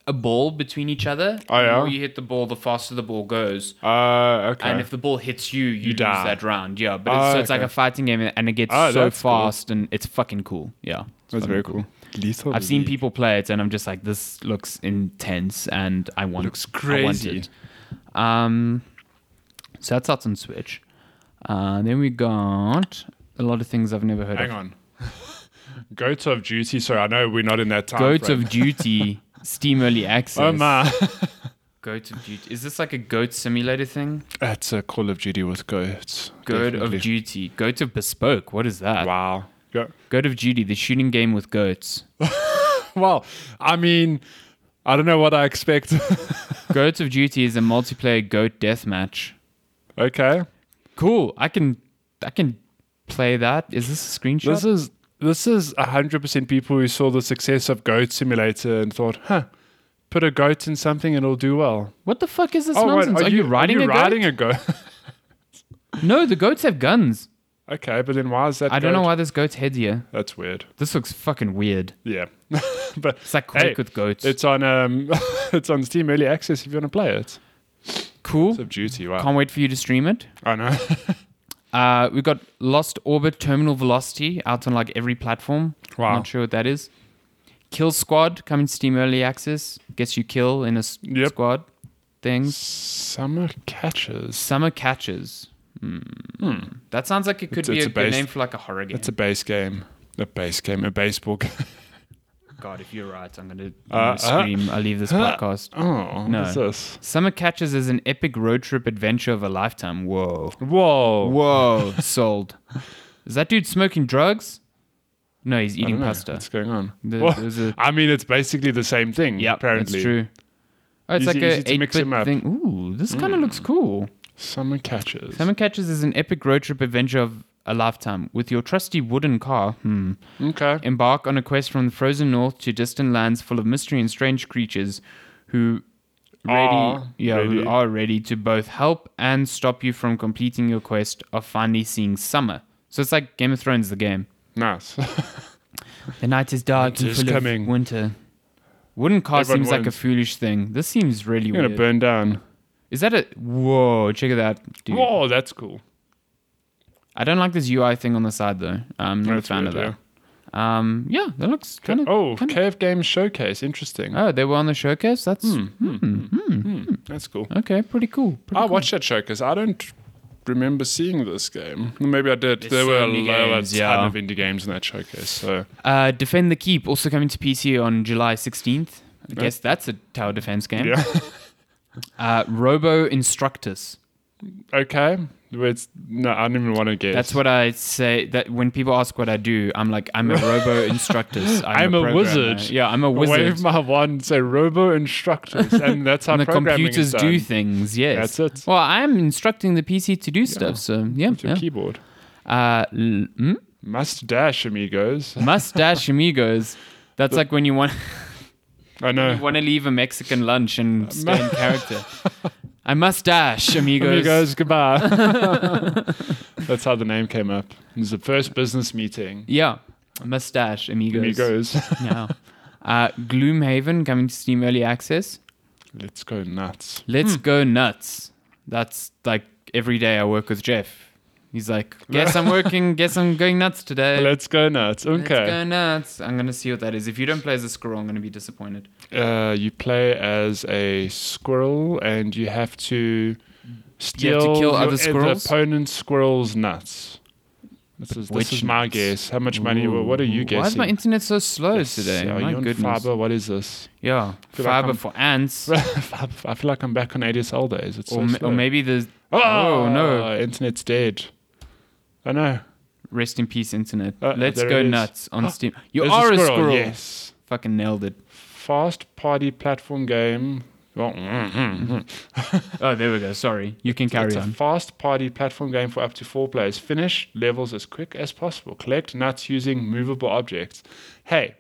a ball between each other.
Oh, yeah?
The more you hit the ball, the faster the ball goes.
Uh, okay.
And if the ball hits you, you, lose
die.
that round. Yeah, but it's,
Oh,
so it's like
okay.
a fighting game, and it gets
Oh,
so
that's cool.
fast, and it's fucking cool. Yeah, it's
That's
fucking
very cool. Lethal
I've seen
League.
people play it, and I'm just like, this looks intense, and I want.
Looks
I want
crazy.
it. Um, so that's out on Switch. Uh, then we got a lot of things I've never heard
Hang
of.
on. Goats of Duty. Sorry, I know we're not in that time.
Goats
frame.
of Duty Steam Early Access.
Oh my.
Goats of Duty. Is this like a goat simulator thing?
That's a uh, Call of Duty with goats.
Goat
Definitely.
of Duty. Goat of Bespoke. What is that?
Wow. Go-
Goat of Duty, the shooting game with goats.
Well, I mean, I don't know what I expect.
Goats of Duty is a multiplayer goat deathmatch.
okay.
Cool. I can I can play that. Is this a screenshot?
This is this is hundred percent people who saw the success of Goat Simulator and thought, huh, put a goat in something and it'll do well.
Oh,
Oh,
what the fuck is this nonsense? are, you, riding
are
a
you riding a goat?
goat? No, the goats have guns.
okay, but then why is that?
I don't know
goat?
why this goat's head's here.
That's weird.
This looks fucking weird.
Yeah, but
It's like Quake
hey,
with goats.
it's on um, it's on Steam Early Access if you want to play it.
cool.
It's of Duty. Wow.
Can't wait for you to stream it.
I know.
Uh, we've got Lost Orbit Terminal Velocity out on like every platform.
Wow.
Not sure what that is. Kill Squad coming to Steam Early Access. Gets you kill in a s-
Yep.
squad thing.
Summer catches.
Summer Catches. Hmm. That sounds like it could
It's-
be
it's
a,
a
good
base-
name for like a horror game.
It's a base game. A base game. A baseball game.
God, if you're right, I'm gonna, I'm
Uh,
gonna scream. I'll leave this
huh.
podcast.
Oh,
No.
what's this?
Summer Catches is an epic road trip adventure of a lifetime. Whoa.
Whoa.
Whoa. Sold. Is that dude smoking drugs? No, he's
I don't
eating
know
pasta.
What's going on?
The-
Well,
there's a-
I mean, it's basically the same thing.
Yeah,
apparently.
that's true. Oh, it's
Easy-
like
easy
a
to mix 'em
eight-bit
up. Hmm.
thing. Ooh, this kind of looks cool.
Summer catches.
Salmon Catches is an epic road trip adventure of a lifetime. With your trusty wooden car, hmm,
okay.
embark on a quest from the frozen north to distant lands full of mystery and strange creatures who ready
Are
yeah, who
ready.
are ready to both help and stop you from completing your quest of finally seeing summer. So it's like Game of Thrones the game.
Nice.
The night is dark and
Winter's
full
coming.
of winter. Wooden car
Everyone
seems like a
wins.
foolish thing. This seems really
You're gonna
weird.
burn down.
Is that a whoa, check it out, dude.
Whoa, that's cool.
I don't like this UI thing on the side though. I'm not
That's
a fan of
weird,
that. Um, yeah, that looks kind of.
Oh,
kinda-
Cave Games Showcase. Interesting.
Oh, they were on the showcase. That's
Hmm. That's cool.
okay. Pretty cool. Pretty
I
cool.
watched that showcase. I don't remember seeing this game. Maybe I did.
There's
there
so
were a
many
lower
games,
ton
yeah.
of indie games in that showcase. So
Uh, Defend the Keep also coming to PC on July 16th. I guess that's a tower defense game.
yeah.
Uh, Robo Instructus.
okay. It's, no, I don't even want to guess.
That's what I say. That when people ask what I do, I'm like, I'm a Robo Instructus.
I'm a
programmer.
wizard.
Yeah, I'm a wizard.
Wave my wand, say robo instructors, and that's how
And the
programming is
computers do
done.
things. Yes.
That's it.
Well, I'm instructing the PC to do stuff. So yeah,
With your
yeah.
keyboard.
Uh, l- hmm?
Must dash, amigos.
mustache amigos. That's like when you want
I
you
know.
want to leave a Mexican lunch
Uh,
and stay in character. I mustache amigos.
Amigos, goodbye. that's how the name came up. It was the first business meeting.
Yeah, mustache amigos.
Amigos.
Yeah. Uh, Gloomhaven coming to Steam Early Access.
Let's go nuts.
Let's go nuts. That's like every day I work with Jeff. He's like, guess I'm working. guess I'm going nuts today.
Let's go nuts.
Let's go
Okay.
nuts. I'm gonna see what that is. If you don't play as a squirrel, I'm gonna be disappointed.
Uh, you play as a squirrel and you have to steal
kill
your
other
other
squirrels?
opponent's squirrel's nuts. This is, this
Which
is my
nuts?
guess. How much money? wha- What are you guessing?
Why is my internet so slow today?
Are
my
you on
goodness.
fiber? What is this?
Yeah,
Feel like
fiber
I'm-
for ants, or,
Fiber- I feel like I'm back on ADSL days. It's so
ma-
slow.
or maybe the
Oh,
Oh, no.
no! Internet's dead. I know.
rest in peace internet.
Uh,
Let's
there
go
it is. Ah,
nuts on Steam. You
There's
are a squirrel.
Yes.
Fucking nailed it.
Fast party platform game. Well, mm-hmm.
Oh, there we go. Sorry, you can carry
it's a
on.
fast party platform game for up to four players. Finish levels as quick as possible. Collect nuts using movable objects. Hey,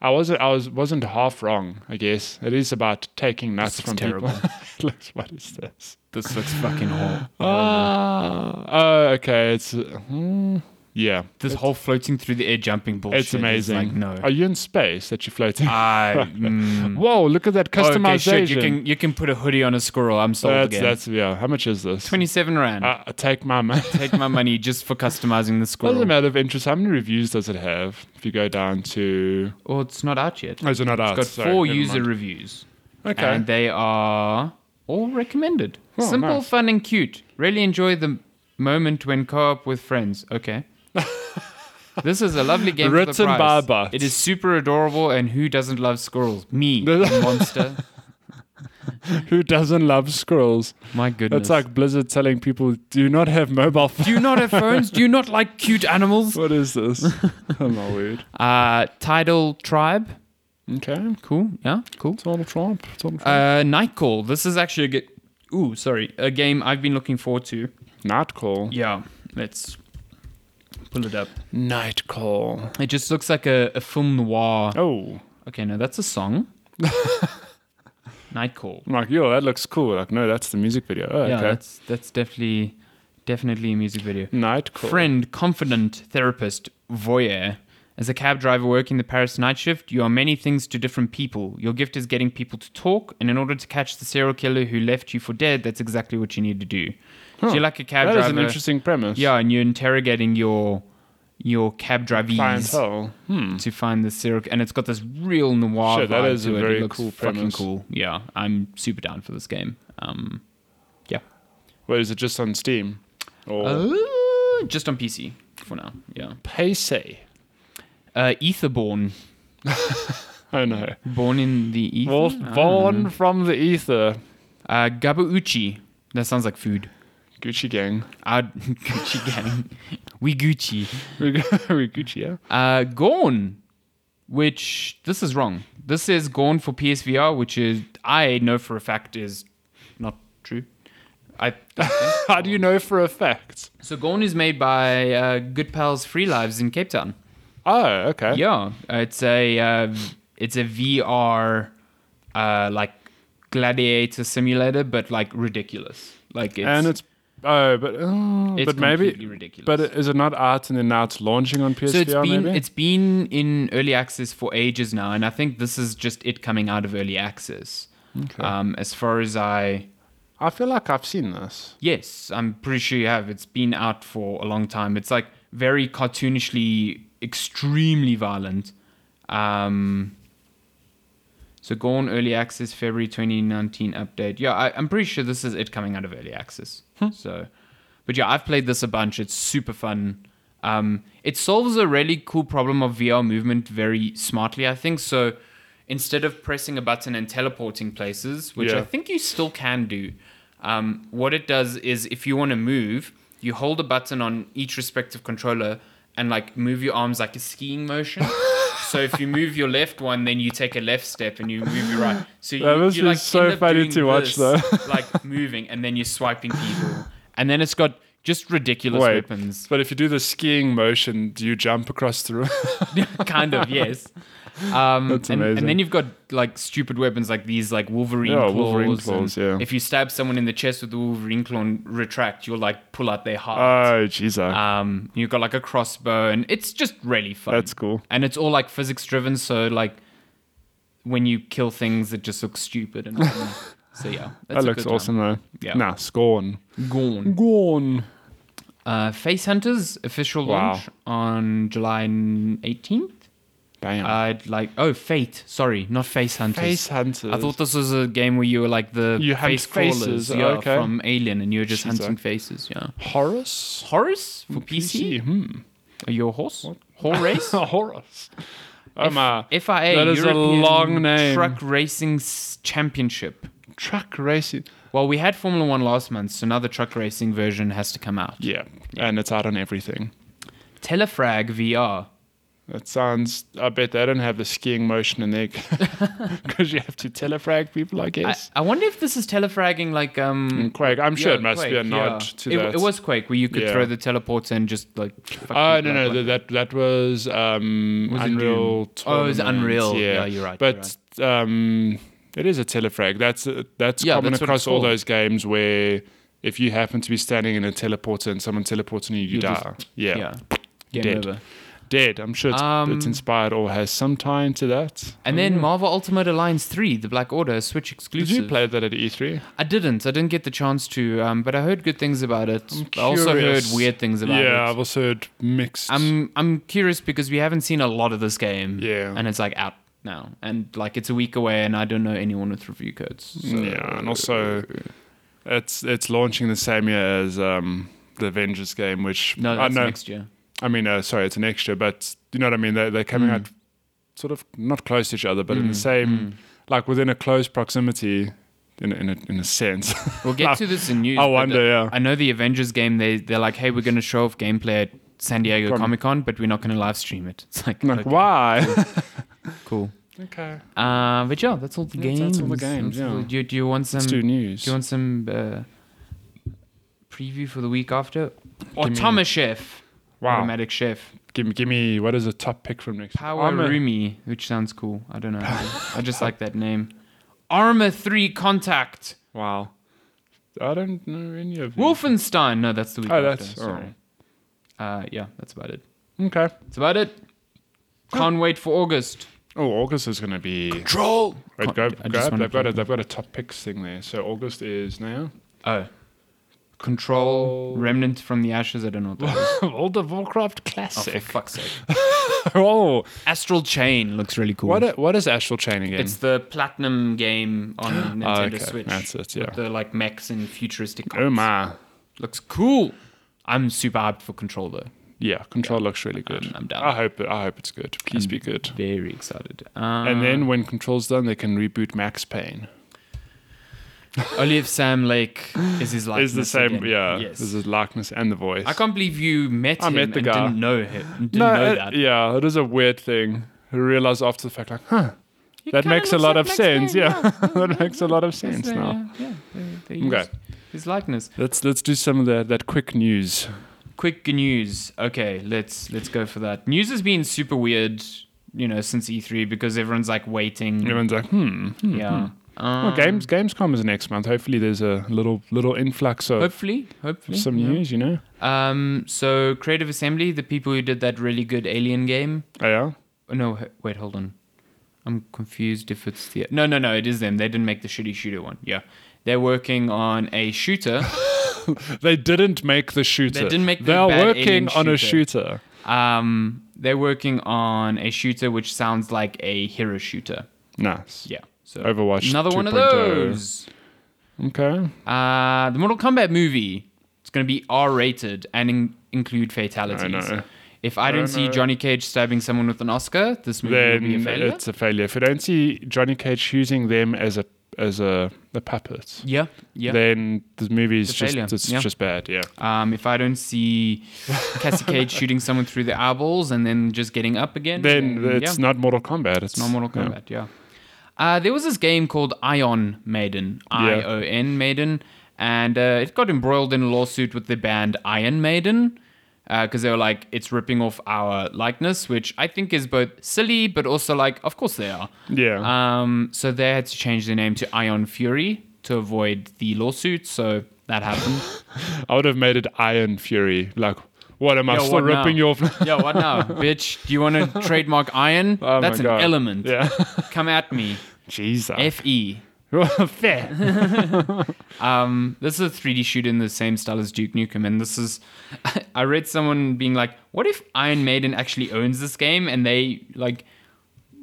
I wasn't I was wasn't half wrong. I guess it is about taking nuts
looks
from
terrible.
people. Looks- what is this?
This looks fucking horrible.
Ah, oh, okay. It's hmm, yeah.
this whole floating through the air jumping bullshit.
It's amazing.
Is like no.
Are you in space that you're floating?
I mm,
Whoa! Look at that customization.
okay, shit. You can you can put a hoodie on a squirrel. I'm sold
that's
again.
that's yeah. How much is this?
Twenty-seven rand.
Uh, I take my money.
Take my money just for customizing the
Doesn't
squirrel.
matter of interest. How many reviews does it have? If you go down to,
Oh, it's not out yet.
oh, is it not out?
Got
Sorry,
four
never
user
mind.
reviews.
Okay.
And they are all recommended.
Oh,
Simple,
nice.
fun, and cute. Really enjoy the moment when co op with friends. Okay. this is a lovely game. for the
Written by
price.
bots.
It is super adorable, and who doesn't love squirrels? Me, the monster.
Who doesn't love squirrels?
My
That's
goodness.
like Blizzard telling people do not have mobile phones.
Do you not have phones? Do you not like cute animals?
What is this? oh my word.
Uh, Tidal Tribe.
Okay.
Cool. Yeah, cool.
Donald Trump. Donald Trump.
Uh, Night Call. This is actually a ge- Ooh, sorry. A game I've been looking forward to.
Night call.
Yeah, let's pull it up.
Night call.
It just looks like a, a film noir.
Oh.
Okay, no, that's a song. Night Call.
I'm like, yo, that looks cool. Like, no, that's the music video. Oh,
Yeah,
okay.
that's that's definitely definitely a music video.
Night call.
Friend, confidant, therapist, voyeur. As a cab driver working the Paris night shift, you are many things to different people. Your gift is getting people to talk, and in order to catch the serial killer who left you for dead, that's exactly what you need to do. So
Huh.
you're like a cab
That
driver.
is an interesting premise.
Yeah, and you're interrogating your your cab drivees
Clientele. Hmm.
to find the serial, and it's got this real noir
Shit, that
vibe
is a
to it.
very
it looks
cool
fucking
premise.
cool. Yeah, I'm super down for this game. Um, yeah,
Wait, is it just on Steam? Or
Uh, just on PC for now. Yeah,
Paysay?
uh, Etherborn,
Oh no.
born in the ether. Uh,
Well,
I don't
born from the ether.
know. Uh, Gabuuchi. That sounds like food.
Gucci gang.
Our Gucci gang. we Gucci.
we Gucci, yeah.
Uh, Gorn, which this is wrong. This says Gorn for PSVR, which is I know for a fact is not true. I
How do you know for a fact?
so Gorn is made by uh, Good Pals Free Lives in Cape Town.
Oh, okay.
Yeah, it's a uh, it's a VR uh, like gladiator simulator, but like ridiculous. Like it's,
and it's oh, but oh,
It's
but maybe
completely ridiculous.
But is it not out and then now it's launching on PSVR?
so it's been
maybe?
it's been in early access for ages now, and I think this is just it coming out of early access.
Okay.
Um, as far as I
I feel like I've seen this.
yes, I'm pretty sure you have. It's been out for a long time. It's like very cartoonishly, extremely violent. Um, so Gorn early access February 2019 update. Yeah, I, I'm pretty sure this is it coming out of early access. So, but yeah, I've played this a bunch. It's super fun. Um, it solves a really cool problem of VR movement very smartly, I think. So instead of pressing a button and teleporting places, which
Yeah.
I think you still can do, um, what it does is if you want to move, you hold a button on each respective controller and like move your arms like a skiing motion. so if you move your left one, then you take a left step and you move your right. So you,
That must
you
be
like
so
end up
funny
doing
to watch,
this,
though.
like moving and then you're swiping people, and then it's got just ridiculous
Wait,
weapons.
but if you do the skiing motion, do you jump across the room?
kind of yes. Um,
That's
and,
amazing.
and then you've got like stupid weapons like these, like Wolverine
Yeah,
claws.
Wolverine
and
claws, yeah.
If you stab someone in the chest with the Wolverine claw and retract, you'll like pull out their heart.
oh, jeez, uh,
Um, you've got like a crossbow, and it's just really fun.
that's cool.
And it's all like physics driven, so like when you kill things, it just looks stupid. And so yeah, that's
That
a
looks
good
awesome though.
Yeah.
Nah, scorn.
One. Gone.
Gorn.
Uh, Face Hunters official
Wow.
launch on July eighteenth.
Bam.
I'd like oh Fate, sorry, not Face Hunters.
Face hunters.
I thought this was a game where you were like the
You hunt
face crawlers
faces, Oh,
yeah,
okay.
from Alien, and you were just
She's
hunting faces. Yeah,
Horus.
Horus for PC.
Hmm.
Are you a horse? Horse race?
Horus. Oh my.
FIA.
That is a
European
long name.
Truck Racing S- Championship.
Truck racing.
Well, we had Formula One last month, so now the truck racing version has to come out.
Yeah. And it's out on everything.
Telefrag VR.
That sounds. I bet they don't have the skiing motion in there because you have to telefrag people, I
I,
guess.
I wonder if this is telefragging like um.
Quake. Mm. I'm sure
yeah,
it must be a
Quake,
nod
yeah.
to
it,
that.
It was Quake where you could
Yeah.
throw the teleporter and just like. fuck
Oh
people
no no
up, like-
th- that that was um
Was it
Unreal.
Oh, it was
Tournament,
Unreal. Yeah, you're right, you're
But um, it is a telefrag. That's uh, that's
Yeah,
common
that's what it's
across all
called.
those games where if you happen to be standing in a teleporter and someone teleports on you, you,
You
die. yeah.
yeah. Game
Dead.
over.
dead. I'm sure it's, it's
Um,
inspired or has some tie to that.
And then Marvel Ultimate Alliance 3, The Black Order, a Switch
Mm. Did
exclusive.
you play that at E E3?
I didn't. I didn't get the chance to, um, but I heard good things about it. I also heard
curious.
weird things about
yeah,
it.
I've also heard mixed.
I'm I'm curious because we haven't seen a lot of this game.
Yeah.
And it's like out now. And like it's a week away and I don't know anyone with review codes. So.
yeah, and also uh, it's it's launching the same year as um, the Avengers game, which
No,
I
that's
know.
next year.
I mean, uh, sorry, it's an extra, but you know what I mean? They're, they're
Hmm.
coming out sort of not close to each other, but in the same, like within a close proximity, in, a- in, a, in a sense.
We'll get to this in news.
I
but
wonder,
the-
yeah.
I know the Avengers game, they, they're like, hey, we're going to show off gameplay at San Diego
Com-
Comic Con, but we're not going to live stream it. It's like,
like,
okay,
why?
cool.
okay.
Uh, but yeah, that's all the
That's-
games.
that's all the games,
That's all-
yeah.
Do, you- do you want some?
Let's do
Um, Do
news.
you want some uh, preview for the week after? Automa Chef.
Wow.
Automatic Chef.
give, me, give me, what is a top pick from next
Power
I'm a-
Rumi, which sounds cool. I don't know. I just like that name. Armor 3 Contact.
Wow. I don't know any of them.
Wolfenstein. No, that's the week
Oh,
after.
that's- oh.
Sorry. Uh, yeah, that's about it.
Okay.
That's about it. Can't wait for August.
Oh, August is going to be.
Troll.
Wait, go,
I just
go up.
wanna
They've got,
play-
a, they've got a top picks thing there. So August is now.
Oh. Control Remnant from the Ashes. I don't know what that is.
World of Warcraft
Oh, for
Classic.
fuck's sake.
Oh,
Astral Chain looks really cool.
what, what is Astral Chain again?
It's the platinum game on Nintendo Switch.
That's it, yeah.
With the like mechs and futuristic.
Oh
cars.
my.
Looks cool. I'm super hyped for Control though.
Yeah, control looks really good.
I'm- I'm down.
I hope it, I hope it's good. Please be good.
Very excited. Uh,
and then when control's done, they can reboot Max Payne.
Only if Sam Lake is his likeness.
It's the same.
again.
Yeah,
Yes.
this is likeness and the voice.
I can't believe you met
I
him
met the
and
guy.
didn't know him. Didn't
no,
know
it-
that.
yeah, it is a weird thing. I realized after the fact, like, huh, that
kinda
makes a
looks
lot
like
of
Max
sense.
Payne,
Yeah, that makes a lot of sense
Yes,
now.
uh, yeah, yeah, they- they
Okay.
used His likeness.
Let's let's do some of the, that quick news.
Quick news. Okay, let's let's go for that. News has been super weird, you know, since E3 because everyone's like waiting.
Everyone's like, hmm. hmm.
yeah. Um,
Well, games Gamescom is next month. Hopefully, there's a little little influx of
Hopefully, hopefully.
some
yeah.
news. You know,
Um, so Creative Assembly, the people who did that really good Alien game.
oh, yeah.
Oh, no, h- wait, hold on. I'm confused if it's the no, no, no. It is them. They didn't make the shitty shooter one. Yeah, they're working on a shooter.
They didn't make the shooter.
didn't make the
They are
bad
working
alien
on a
shooter.
shooter.
Um, they're working on a shooter which sounds like a hero shooter.
Nice.
Yeah. So
Overwatch oh.
Another one of
2.0.
those.
Okay.
Uh, the Mortal Kombat movie. It's going to be R rated and in- include fatalities.
know.
If I don't see
know.
Johnny Cage stabbing someone with an Oscar, this movie
Then
will be a failure.
it's a failure. If you don't see Johnny Cage using them as a as a, a puppet,
Yeah, yeah.
then the movie's
It's a
just
failure,
it's
yeah.
just bad. Yeah.
Um, if I don't see Cassie Cage shooting someone through the eyeballs and then just getting up again,
Then
yeah,
it's not Mortal Kombat. It's,
not Mortal
yeah.
Kombat. Yeah. Uh, there was this game called Ion Maiden, I O N Maiden, and uh, it got embroiled in a lawsuit with the band Iron Maiden because they were like, it's ripping off our likeness, which I think is both silly but also like, of course they are.
Yeah.
Um, so they had to change their name to Ion Fury to avoid the lawsuit. So that happened.
I would have made it Iron Fury. Like, what am I
Yo,
still
what now?
ripping you off?
Yo, what now, bitch? Do you want to trademark iron?
Oh my
That's an
God.
element.
Yeah.
Come at me.
Jesus.
F E.
Fair.
Um, this is a 3D shooter in the same style as Duke Nukem, and this is. I read someone being like, "What if Iron Maiden actually owns this game?" And they like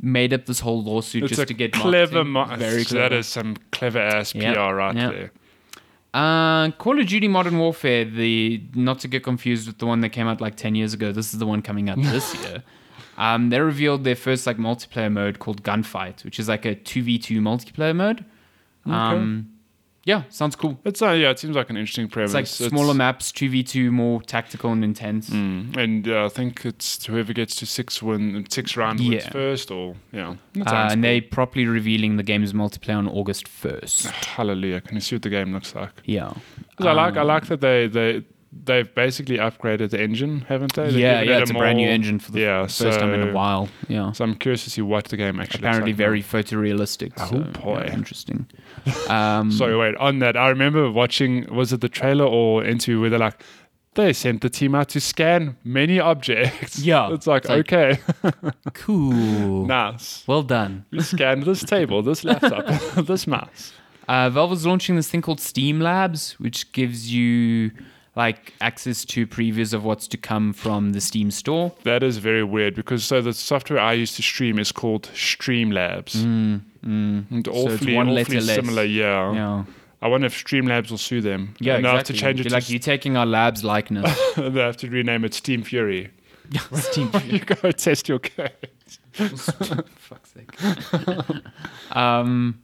made up this whole lawsuit
It's a
just to get
clever.
marketing?
Mo-
Very clever.
That is some clever ass
Yeah,
PR right
yeah.
there.
Uh, Call of Duty Modern Warfare, the not to get confused with the one that came out like ten years ago. This is the one coming out this year. Um, they revealed their first like multiplayer mode called Gunfight, which is like a two v two multiplayer mode. Um, yeah, sounds cool.
It's uh, yeah. It seems like an interesting premise.
It's like smaller maps, two v two, more tactical and intense.
Mm, and uh, I think it's whoever gets to six win six round wins
Yeah.
first, or yeah. That
Uh,
sounds
and they
cool.
properly revealing the game's multiplayer on August first.
hallelujah. Can you see what the game looks like?
Yeah.
'Cause I
Um,
like I like that they they they've basically upgraded the engine, haven't they? They've
yeah,
given
yeah.
Um, it
It's a brand new
more-
engine for the
yeah,
first time in
so-
a while. Yeah.
So I'm curious to see what the game actually
Apparently
looks like now.
very photorealistic.
Oh,
so,
boy.
yeah, interesting. Um,
Sorry, wait. On that, I remember watching. Was it the trailer or interview where they're like, they sent the team out to scan many objects.
Yeah.
it's like
It's like-
okay,
Cool.
nice.
Well done.
We scanned this table, this laptop, this mouse.
Uh, Valve is launching this thing called Steam Labs, which gives you like access to previews of what's to come from the Steam store.
That is very weird because so the software I use to stream is called Streamlabs. And
Mm, it's
awfully,
one letter
awfully
less.
similar. Yeah.
Yeah,
I wonder if Streamlabs will sue them.
yeah,
and
exactly.
I have to change it.
Be
To,
like you're taking our labs likeness.
they have to rename it Steam Fury.
Steam.
you go test your code.
Fuck's sake. um,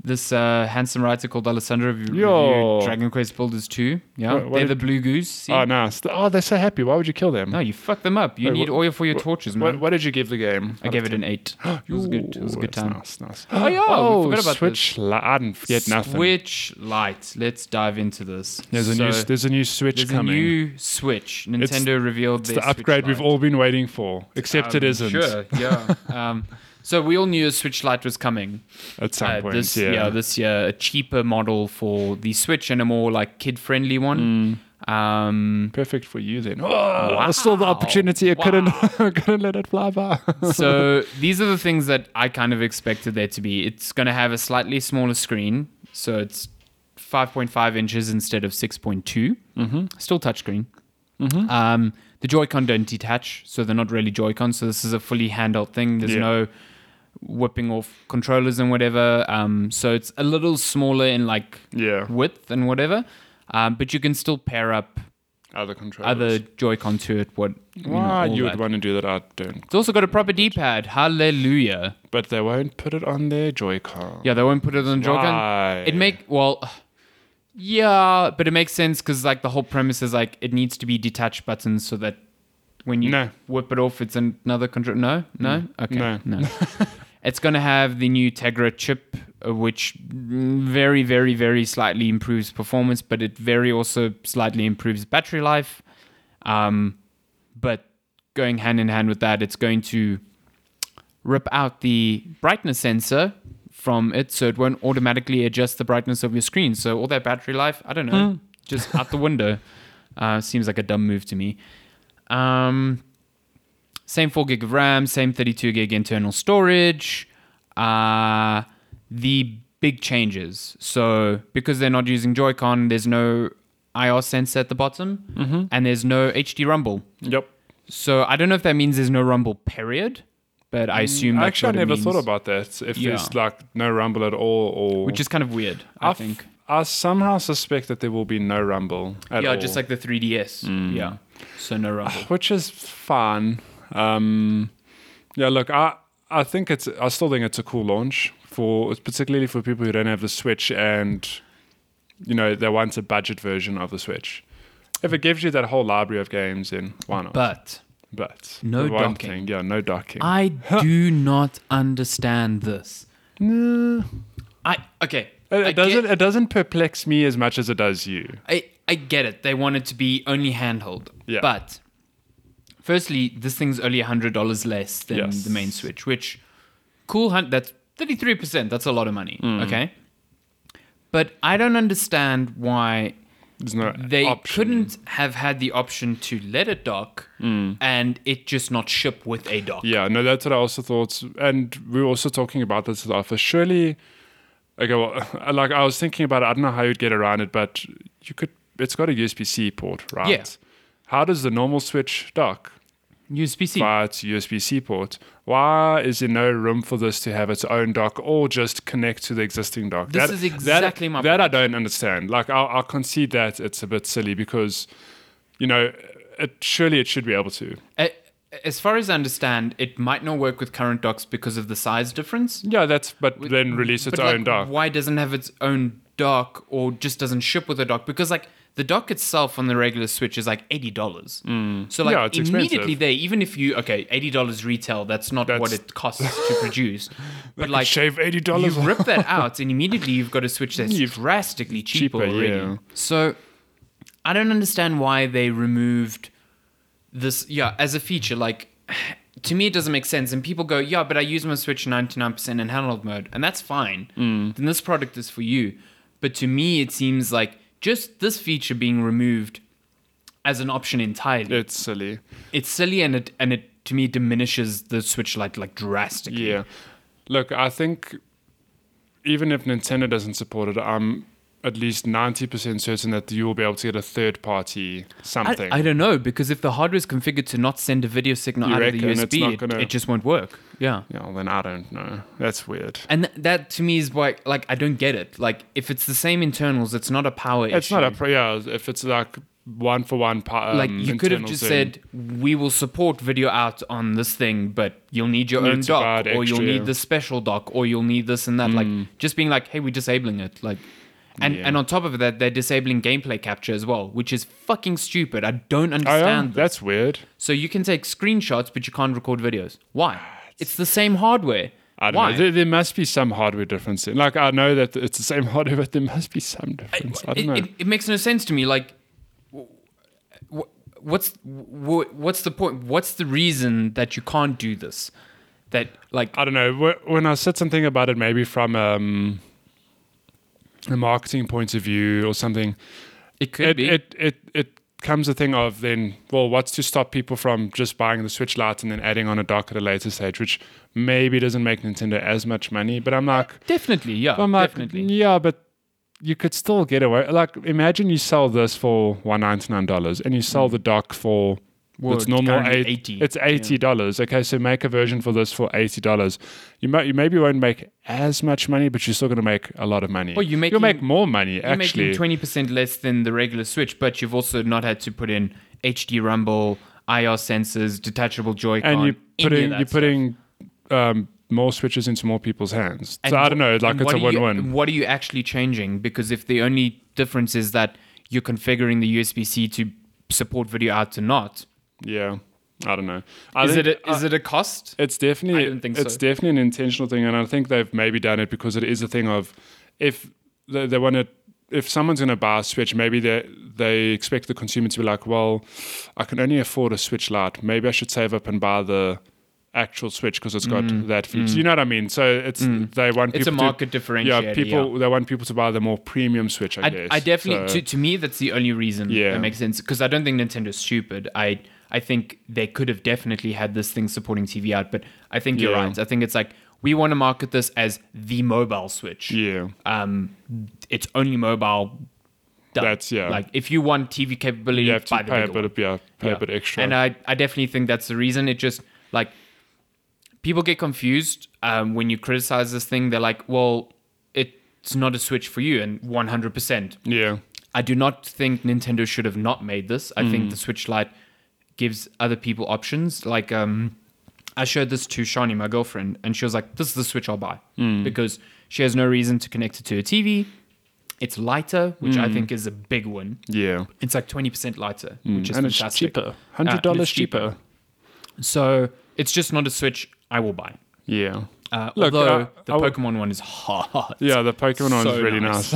this uh, handsome writer called Alessandro have you
Yo.
reviewed Dragon Quest Builders 2. Yeah,
What- what
they're
did-
the Blue Goose. See?
Oh, nice. Oh, they're so happy. Why would you kill them?
No, you fucked them up. You
Wait,
need
what-
oil for your torches, man.
What, what did you give the game?
I gave it an eight. It was good. It was a good
That's
time.
Nice, nice.
Oh, yeah, we
Oh,
forgot about
Switch Li- I didn't forget nothing.
Switch Lite. Let's dive into this.
There's a
So,
new. There's a new Switch
there's
coming.
a new Switch. Nintendo revealed
it's
their
the upgrade
Switch
we've
Lite.
all been waiting for, except it
Um,
isn't
Sure. Yeah. um, so we all knew a Switch Lite was coming.
at some
Uh,
point.
this
yeah.
this year a cheaper model for the Switch and a more like kid-friendly one.
Mm.
Um,
Perfect for you then. Oh, I saw the opportunity. I
Wow.
couldn't. I couldn't let it fly by.
so these are the things that I kind of expected there to be. It's going to have a slightly smaller screen, so it's 5.5 inches instead of 6.2. Mm-hmm. Still touchscreen.
Mm-hmm.
Um, the Joy-Con don't detach, so they're not really Joy-Con. So this is a fully handheld thing. There's
Yeah.
no whipping off controllers and whatever. Um, so it's a little smaller in like
yeah.
width and whatever, um, but you can still pair up
other controllers.
other Joy-Con to it. What? You, know,
Why
all
Ah, you would
that.
want to do that? I don't.
It's also got a proper D-pad. Hallelujah.
But they won't put it on their Joy-Con.
Yeah, they won't put it on
Why?
Joy-Con. It make well, yeah, but it makes sense because like the whole premise is like it needs to be detached buttons so that when you
No.
whip it off, it's another control. No, no, okay,
No.
it's gonna have the new Tegra chip, uh, which mm, very, very, very slightly improves performance, but it very also slightly improves battery life. Um, but going hand in hand with that, it's going to rip out the brightness sensor from it so it won't automatically adjust the brightness of your screen. So all that battery life, I don't know, just out the window. Uh, seems like a dumb move to me. Um, same 4 gig of RAM, same 32 gig internal storage. Uh, the big changes. So because they're not using Joy-Con, there's no IR sensor at the bottom,
Mm-hmm.
and there's no HD rumble.
Yep.
So I don't know if that means there's no rumble period, but I assume that's
Mm, Actually, I
what it
never
means,
thought about that. If
Yeah.
there's like no rumble at all, or
which is kind of weird. I
I f-
think
I somehow suspect that there will be no rumble at
yeah,
all. Mm.
just like the 3DS. Yeah, so no rumble.
which is fun. Um, yeah, look, I I think it's I still think it's a cool launch for particularly for people who don't have the Switch and you know they want a budget version of the Switch. If it gives you that whole library of games, then why not?
But
But
No
the one
docking.
thing- yeah, no docking.
I do not understand this.
No.
I okay.
It,
I
it doesn't.
Get,
It doesn't perplex me as much as it does you.
I I get it. They want it to be only handheld.
Yeah.
But firstly, this thing's only hundred dollars less than
Yes.
the main Switch, which cool. Hun- that's thirty three percent. That's a lot of money.
Mm.
Okay. But I don't understand why
There's no
they
option.
couldn't have had the option to let it dock and it just not ship with a dock.
Mm. Yeah, no, that's what I also thought. And we were also talking about this at the office. Surely, okay, well, like I was thinking about it, I don't know how you'd get around it, but you could, it's got a USB C port, right?
Yeah.
How does the normal switch dock
USB C.
via its USB C port? Why is there no room for this to have its own dock or just connect to the existing dock?
This is exactly
that,
my
That I don't understand. Like, I'll, I'll concede that it's a bit silly because, you know, it, surely it should be able to.
A- As far as I understand, it might not work with current docks because of the size difference.
Yeah, that's, but then release its
But, like,
own dock.
Why doesn't it have its own dock or just doesn't ship with a dock? Because like the dock itself on the regular Switch is like eighty dollars. So like
Mm. Yeah, it's
immediately
expensive.
there, even if you okay, eighty dollars retail, that's not what
That's-
it costs to produce. but like
shave eighty
you
dollars.
rip that out and immediately you've got a switch that's
You've-
drastically cheaper,
cheaper,
already.
yeah.
So I don't understand why they removed this yeah, as a feature. Like to me it doesn't make sense. And people go, Yeah, but I use my Switch ninety nine percent in handheld mode, and that's fine.
Mm.
Then this product is for you. But to me it seems like just this feature being removed as an option entirely.
It's silly.
It's silly and it and it to me diminishes the Switch Lite like drastically.
Yeah. Look, I think even if Nintendo doesn't support it, I'm at least ninety percent certain that you will be able to get a third party
I,
something.
I don't know because if the hardware is configured to not send a video signal
You
out
reckon
of
it's
the
not
USB, it-
gonna-
it, just won't work. Yeah,
yeah, well, then I don't know. That's weird.
and th- that to me is why, like, I don't get it. Like, if it's the same internals, it's not a power issue.
It's not a pro- yeah. If it's like one for one, pa- um,
like you could have
internal
just
thing.
said we will support video out on this thing, but you'll need your
Need
own
to
dock,
add
or you'll
extra, yeah.
need this special dock, or you'll need this and that. Like, just being like, hey, we're disabling it. Like. And,
Yeah.
and on top of that, they're disabling gameplay capture as well, which is fucking stupid. I don't
Oh, yeah?
understand this.
That's weird.
So you can take screenshots, but you can't record videos. Why? It's the same hardware.
I don't
Why?
know. There, there must be some hardware difference. in- Like I know that it's the same hardware, but there must be some difference. I, don't know.
It, it, it makes no sense to me. Like, wh- wh- what's wh- what's the point? What's the reason that you can't do this? That like
I don't know. wh- When I said something about it, maybe from um, a marketing point of view or something,
it could
it,
be.
it it it comes a thing of then, well, what's to stop people from just buying the Switch Lite and then adding on a dock at a later stage, which maybe doesn't make Nintendo as much money. But I'm like,
definitely, yeah,
I'm like,
definitely.
yeah, but you could still
Hmm.
get away. Like, imagine you sell this for one ninety nine dollars, and you sell the dock for it's normal
currently
eight,
80.
It's eighty dollars. Okay, so make a version for this for eighty dollars. You might, you maybe won't make as much money, but you're still going to make a lot of money.
Well, you're
you'll make
making-
more money
You're
actually.
making twenty percent less than the regular Switch, but you've also not had to put in HD rumble, IR sensors, detachable Joy-Con,
and you're
any of
putting
that
you're
stuff.
putting um, more switches into more people's hands.
And
so I
wha-
don't know, like
and
it's
what
a
are you-
win-win.
What are you actually changing? Because if the only difference is that you're configuring the USB-C to support video out to not,
yeah, I don't know. I
is
think-
it a,
I-
is it a cost?
It's definitely
I didn't think
it's
so.
definitely an intentional thing, and I think they've maybe done it because it is a thing of if they, they want to. If someone's going to buy a Switch, maybe they they expect the consumer to be like, "Well, I can only afford a Switch Lite. Maybe I should save up and buy the actual Switch because it's got that feature." You know what I mean? So it's they want
Mm. It's a
people to-
market differentiator,
Yeah, people they want people to buy the more premium Switch. I,
I,
guess
I definitely,
So-
to, to me, that's the only reason
Yeah.
that makes sense. Because I don't think Nintendo's stupid. I I think they could have definitely had this thing supporting TV out, but I think you're
Yeah.
right. I think it's like we want to market this as the mobile Switch.
yeah.
Um, it's only mobile. done.
That's- yeah.
Like if you want TV capability,
You have to
buy the
pay a
bigger
bit,
one.
of, yeah, pay a bit extra.
And uh, I, I definitely think that's the reason. It just like people get confused um, when you criticize this thing. They're like, well, it's not a switch for you, and 100%.
yeah,
I do not think Nintendo should have not made this. I
Mm.
think the Switch Lite gives other people options. Like, um, I showed this to Shani, my girlfriend, and she was like, "This is the Switch I'll buy
Mm.
because she has no reason to connect it to a TV. It's lighter, which
Mm.
I think is a big win.
yeah,
It's like twenty percent lighter, which is
Mm. and it's
fantastic.
cheaper,
Uh, and
hundred dollars
it's
cheaper.
So it's just not a Switch I will buy.
Yeah.
Uh,
Look,
although
uh,
the
I w-
Pokemon one is hard.
Yeah, the Pokemon one is really nice.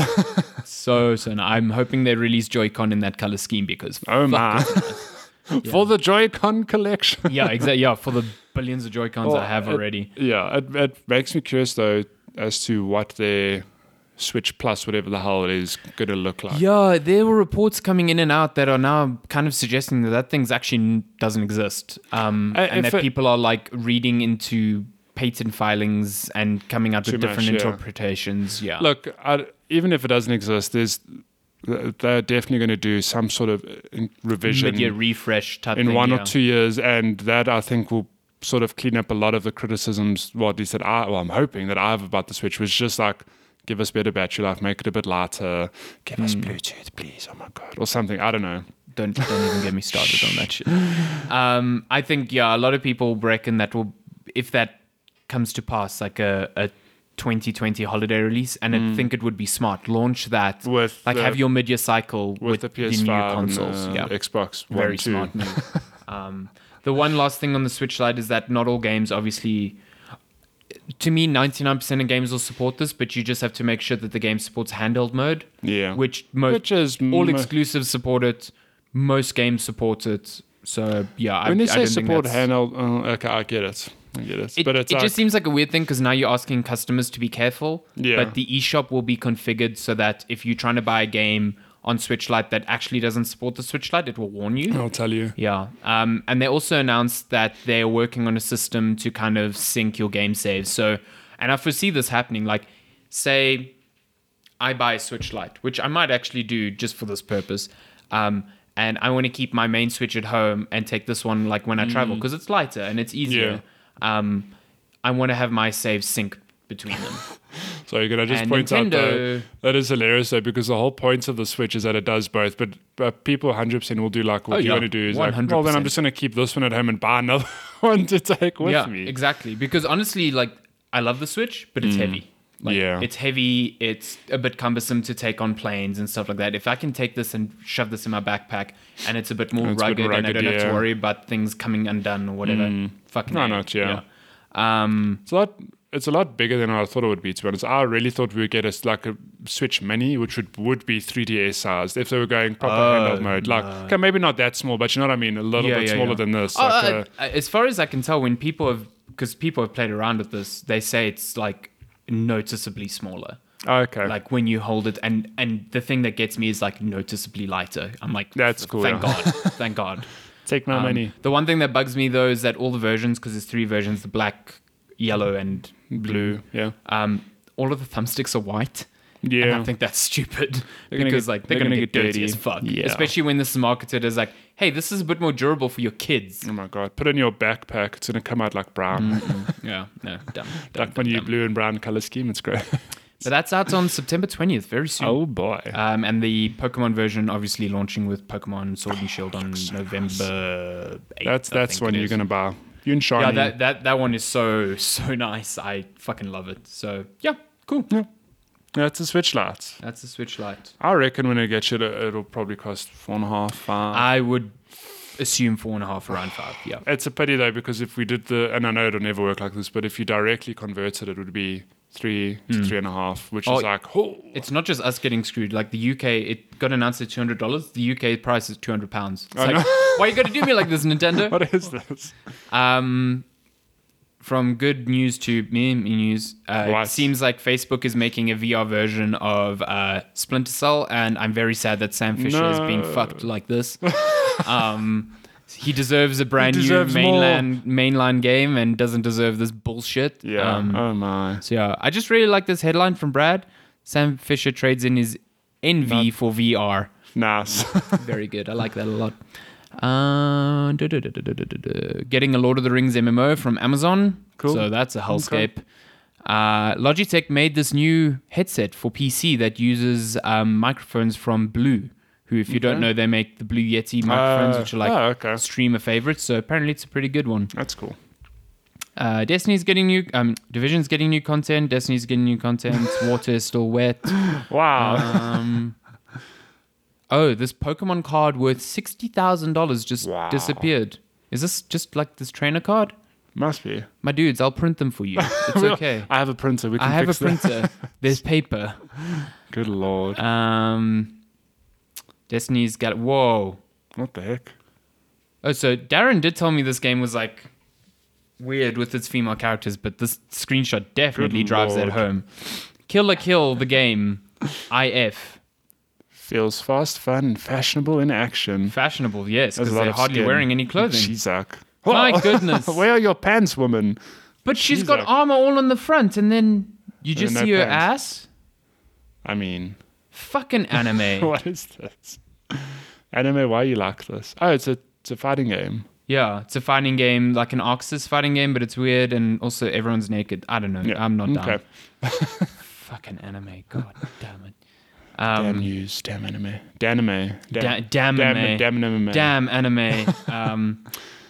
so so nice. I'm hoping they release Joy-Con in that color scheme because
Oh my. For the Joy-Con collection.
yeah, exactly. Yeah, for the billions of Joy Cons I have
it-
already.
Yeah, it, it makes me curious though as to what their Switch Plus, whatever the hell it is, going to look like.
Yeah, there were reports coming in and out that are now kind of suggesting that that thing's actually n- doesn't exist, um,
Uh,
and
if
that
it-
people are like reading into patent filings and coming up with
Too much,
different
yeah.
interpretations. Yeah,
Look, I, even if it doesn't exist, there's they're definitely going to do some sort of uh, in- revision
media refresh type
in
thing,
one
yeah.
or two years, and that I think will sort of clean up a lot of the criticisms. Well, at least that I, "Ah, well, I'm hoping that I have about the Switch was just like, give us better battery life, make it a bit lighter, give
Hmm.
us Bluetooth, please. Oh my god, or something. I don't know.
Don't don't even get me started on that shit. Um, I think yeah, a lot of people reckon that will if that comes to pass, like a. a 2020 holiday release, and I think it would be smart. Launch that
Mm. With
like
the-
have your mid-year cycle with,
With, the PS5
new
and
consoles.
the
yeah,
Xbox. One,
very
two.
smart move. um, the one last thing on the Switch Lite is that not all games, obviously. To me, 99% of games will support this, but you just have to make sure that the game supports handheld mode.
Yeah.
Which most
Which is
all
mo-
exclusives support it. Most games support it. So yeah, I,
When they
I
say
don't think
support
that's-
handheld, oh, okay, I get it. I get it.
It,
but it's
it
like,
just seems like a weird thing because now you're asking customers to be careful.
Yeah.
But the eShop will be configured so that if you're trying to buy a game on Switch Lite that actually doesn't support the Switch Lite, it will warn you.
I'll tell you.
Yeah. Um, and they also announced that they're working on a system to kind of sync your game saves. So, and I foresee this happening. Like, say I buy a Switch Lite, which I might actually do just for this purpose. Um, and I want to keep my main Switch at home and take this one like when I travel because it's lighter and it's easier. Um, I want to have my saves sync between them.
Sorry, can I just
And
point out though,
Nintendo-
that is hilarious though because the whole point of the Switch is that it does both. But, but people 100% will do like what
Oh,
you
yeah.
want to do is like, well, then I'm
100%.
just going to keep this one at home and buy another one to take with
yeah,
me.
exactly. Because honestly, like I love the Switch, but it's heavy. Like,
Mm. Yeah.
it's heavy. It's a bit cumbersome to take on planes and stuff like that. If I can take this and shove this in my backpack, and it's a bit more
It's a bit
rugged, and I
rugged,
don't have
yeah. Mm.
to worry about things coming undone or whatever. Fucking
Why
A.
not, yeah.
yeah. Um,
It's a lot. It's a lot bigger than I thought it would be. To be honest, I really thought we would get a s- like a Switch Mini, which would would be 3DS sized if they were going proper handheld mode. Like, okay, maybe not that small, but you know what I mean. A little
Oh, yeah,
bit
yeah,
smaller
yeah.
than this.
Oh,
like,
uh,
uh,
uh, as far as I can tell, when people have because people have played around with this, they say it's like noticeably smaller.
oh, okay,
like when you hold it and and the thing that gets me is like noticeably lighter i'm like
That's cool,
thank
yeah.
god thank god
take my
Um,
money.
the one thing that bugs me though is that all the versions because there's three versions the black yellow and
Blue, yeah,
um all of the thumbsticks are white and
yeah.
i think that's stupid
They're gonna
because
get-
like they're,
they're
gonna,
gonna
get,
get
dirty
dirty.
as fuck
Yeah.
especially when this is marketed as like hey, this is a bit more durable for your kids.
Oh my god! Put it in your backpack. It's gonna come out like brown,
Mm. Yeah, no, dumb. dumb,
like my
dumb,
new
dumb.
blue and brown color scheme. It's great.
But that's out on September 20th, very soon.
oh boy!
Um, and the Pokemon version, obviously, launching with Pokemon Sword and Shield on November. 8th,
that's
I
that's
think
one
it
you're
is.
gonna buy. You and Shiny.
Yeah, that, that that one is so so nice. I fucking love it. So yeah, cool.
yeah. Yeah, it's a Switch Lite.
That's the Switch Lite.
I reckon when I get you, it'll, it'll probably cost four and a half, five.
I would assume four and a half around five. Yeah.
It's a pity though because if we did the and I know it'll never work like this, but if you directly converted, it would be three to three and a half, which
Hmm. Oh,
is like oh,
It's not just us getting screwed. Like the UK, it got announced at two hundred dollars. The UK price is two hundred pounds. It's like, why you got to do me like this, Nintendo?
what is this?
Um, from good news to meme news, uh,
Right.
it seems like Facebook is making a VR version of uh, Splinter Cell, and I'm very sad that Sam Fisher is being
No.
fucked like this. um, he deserves a brand new
deserves more.
mainland mainline game and doesn't deserve this bullshit.
Yeah.
Um,
oh my.
so yeah, I just really like this headline from Brad. Sam Fisher trades in his NV for VR.
Nice.
Very good. I like that a lot. Uh, duh, duh, duh, duh, duh, duh, duh, duh. Getting a Lord of the Rings MMO from Amazon.
Cool.
So that's a hellscape. Uh, Logitech made this new headset for PC that uses um, microphones from Blue, who, if you don't
Okay.
know, they make the Blue Yeti microphones,
Uh,
which are like
oh, okay.
streamer favorites. So apparently, it's a pretty good one.
That's cool.
Uh, Destiny's getting new. Um, Division's getting new content. Destiny's getting new content. Water is still wet.
Wow.
Um, oh, this Pokemon card worth sixty thousand dollars just
Wow.
disappeared. Is this just like this trainer card?
Must be.
My dudes, I'll print them for you. It's okay.
I have a printer. We can
I have a
fix that.
printer. There's paper.
Good lord.
Um, Destiny's got. Whoa.
what the heck?
Oh, so Darren did tell me this game was like weird with its female characters, but this screenshot definitely
Good
drives
lord.
that home. Kill a kill the game. IF.
Feels fast, fun, and fashionable in action.
Fashionable, yes,
There's
because
a lot
they're
of
hardly
skin.
wearing any clothing.
Shizak.
My goodness.
Where are your pants, woman?
but she's
she's
got
a-
armor all on the front, and then you just
no
see her ass.
pants. I mean,
Fucking anime.
what is this? Anime, why you like this? Oh, it's a it's a fighting game.
yeah, it's a fighting game, like an Oxus fighting game, but it's weird, and also everyone's naked. I don't know.
Yeah.
I'm not down.
Okay.
Fucking anime. God damn it. Um,
damn news, damn anime, danime,
Da-
dam,
damn anime.
damn, damn anime.
Damn anime. um,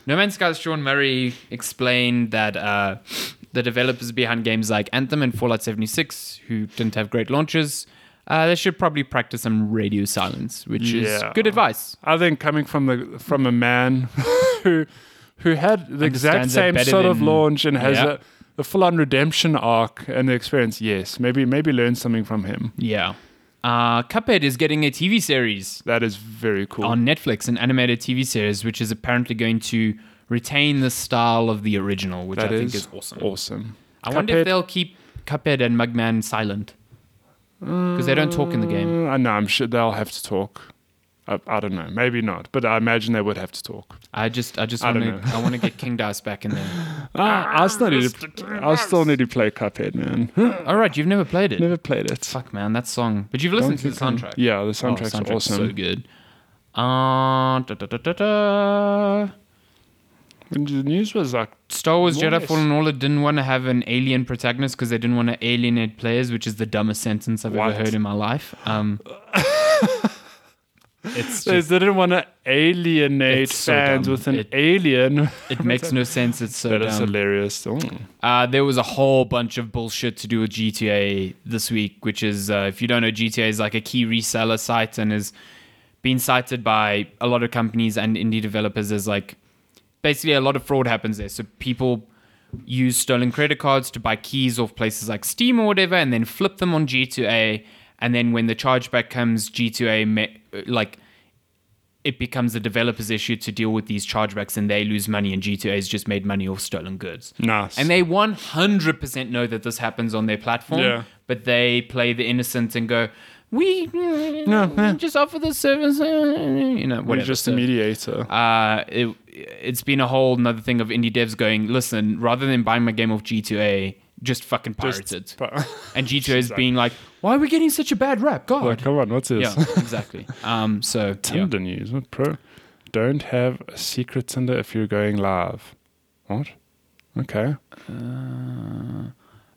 no Man's Sky's Sean Murray explained that uh, the developers behind games like Anthem and Fallout 76, who didn't have great launches, uh, they should probably practice some radio silence, which is
Yeah.
good advice.
I think coming from the from a man who who had the exact
Understands it
same
better
sort of
than-
launch and has
Yeah.
a, a full on redemption arc and experience, yes, maybe maybe learn something from him.
Yeah. Uh, Cuphead is getting a TV series
That is very cool.
on Netflix, an animated TV series, which is apparently going to retain the style of the original, which
That
I think is awesome.
Awesome.
I wonder if
Cuphead-
they'll keep Cuphead and Mugman silent. Because they don't talk in the game.
Uh, I know. I'm sure they'll have to talk. I, I don't know. Maybe not, but I imagine they would have to talk.
I just, I just
I
want
don't
to, I want to get King Dice back in there.
Ah, I still need to. I still need to play Cuphead, man.
All Oh, right, you've never played it.
Never played it.
Fuck, man, that song. But you've listened to the soundtrack.
Yeah,
Oh,
the soundtrack's,
soundtrack's So
awesome.
good. Uh, da, da, da, da, da.
When the news was like,
Star Wars
More or
Jedi
less.
Fallen Order didn't want to have an alien protagonist because they didn't want to alienate players, which is the dumbest sentence I've
What?
ever heard in my life. Um, it's
they
just,
didn't want to alienate
It's so
fans
dumb.
with an
It-
alien.
it makes no sense. It's so
that is
dumb.
hilarious. Oh.
Uh, there was a whole bunch of bullshit to do with GTA this week, which is, uh, if you don't know, GTA is like a key reseller site and is being cited by a lot of companies and indie developers as like basically a lot of fraud happens there. So people use stolen credit cards to buy keys off places like Steam or whatever and then flip them on GTA. And then when the chargeback comes, GTA, ma- like, it becomes the developer's issue to deal with these chargebacks and they lose money and GTA's just made money off stolen goods.
Nice.
And they 100% know that this happens on their platform,
Yeah.
but they play the innocent and go, we,
yeah.
we just offer this service, uh, you know,
We're
whatever.
just
So,
a mediator.
uh, it, it's been a whole another thing of indie devs going, listen, rather than buying my game off G2A, just fucking pirate it.
But-
and G2A is being like, why are we getting such a bad rap? God.
Come on, what's this?
yeah, exactly. Um, so, yeah.
Tinder news. What pro? don't have a secret Tinder if you're going live. What? Okay.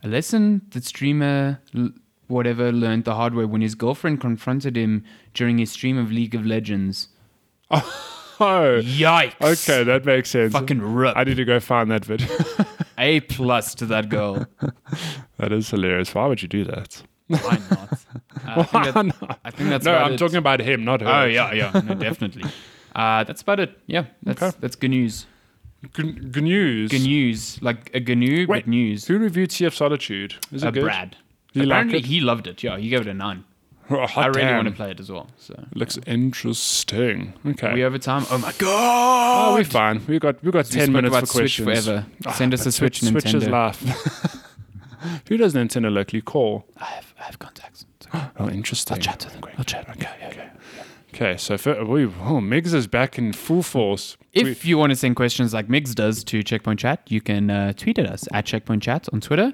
A lesson that streamer l- whatever learned the hard way when his girlfriend confronted him during his stream of League of Legends.
Oh,
Yikes!
okay, that makes sense.
Fucking rip.
I need to go find that video.
A plus to that girl.
that is hilarious. Why would you do that?
Why not? Uh, I, think that- I think that's
No,
about
I'm
it.
talking about him, not her.
Oh yeah, yeah, no, definitely. Uh, that's about it. Yeah, that's
Okay.
that's good news.
G- G- news.
Good news, like a good news,
Wait,
but news.
Who reviewed Sea of Solitude? Is it
Uh,
good?
Brad.
You like
Apparently,
it?
he loved it. Yeah, he gave it a nine.
Oh, hot
I really
damn.
want to play it as well. So
Looks interesting. Okay.
we over time. Oh my god!
oh, we're fine. We got we got
We
ten
spoke
minutes for
about Switch
questions. Ah,
forever. Send us a
But
Switch,
Switch
Nintendo.
is life. Who does Nintendo locally call?
I have I have contacts.
Oh, interesting.
to them. I'll chat. Okay, okay.
Okay, so for, we, oh, Migs is back in full force.
If you want to send questions like Migs does to Checkpoint Chat, you can uh, tweet at us at Checkpoint Chat on Twitter.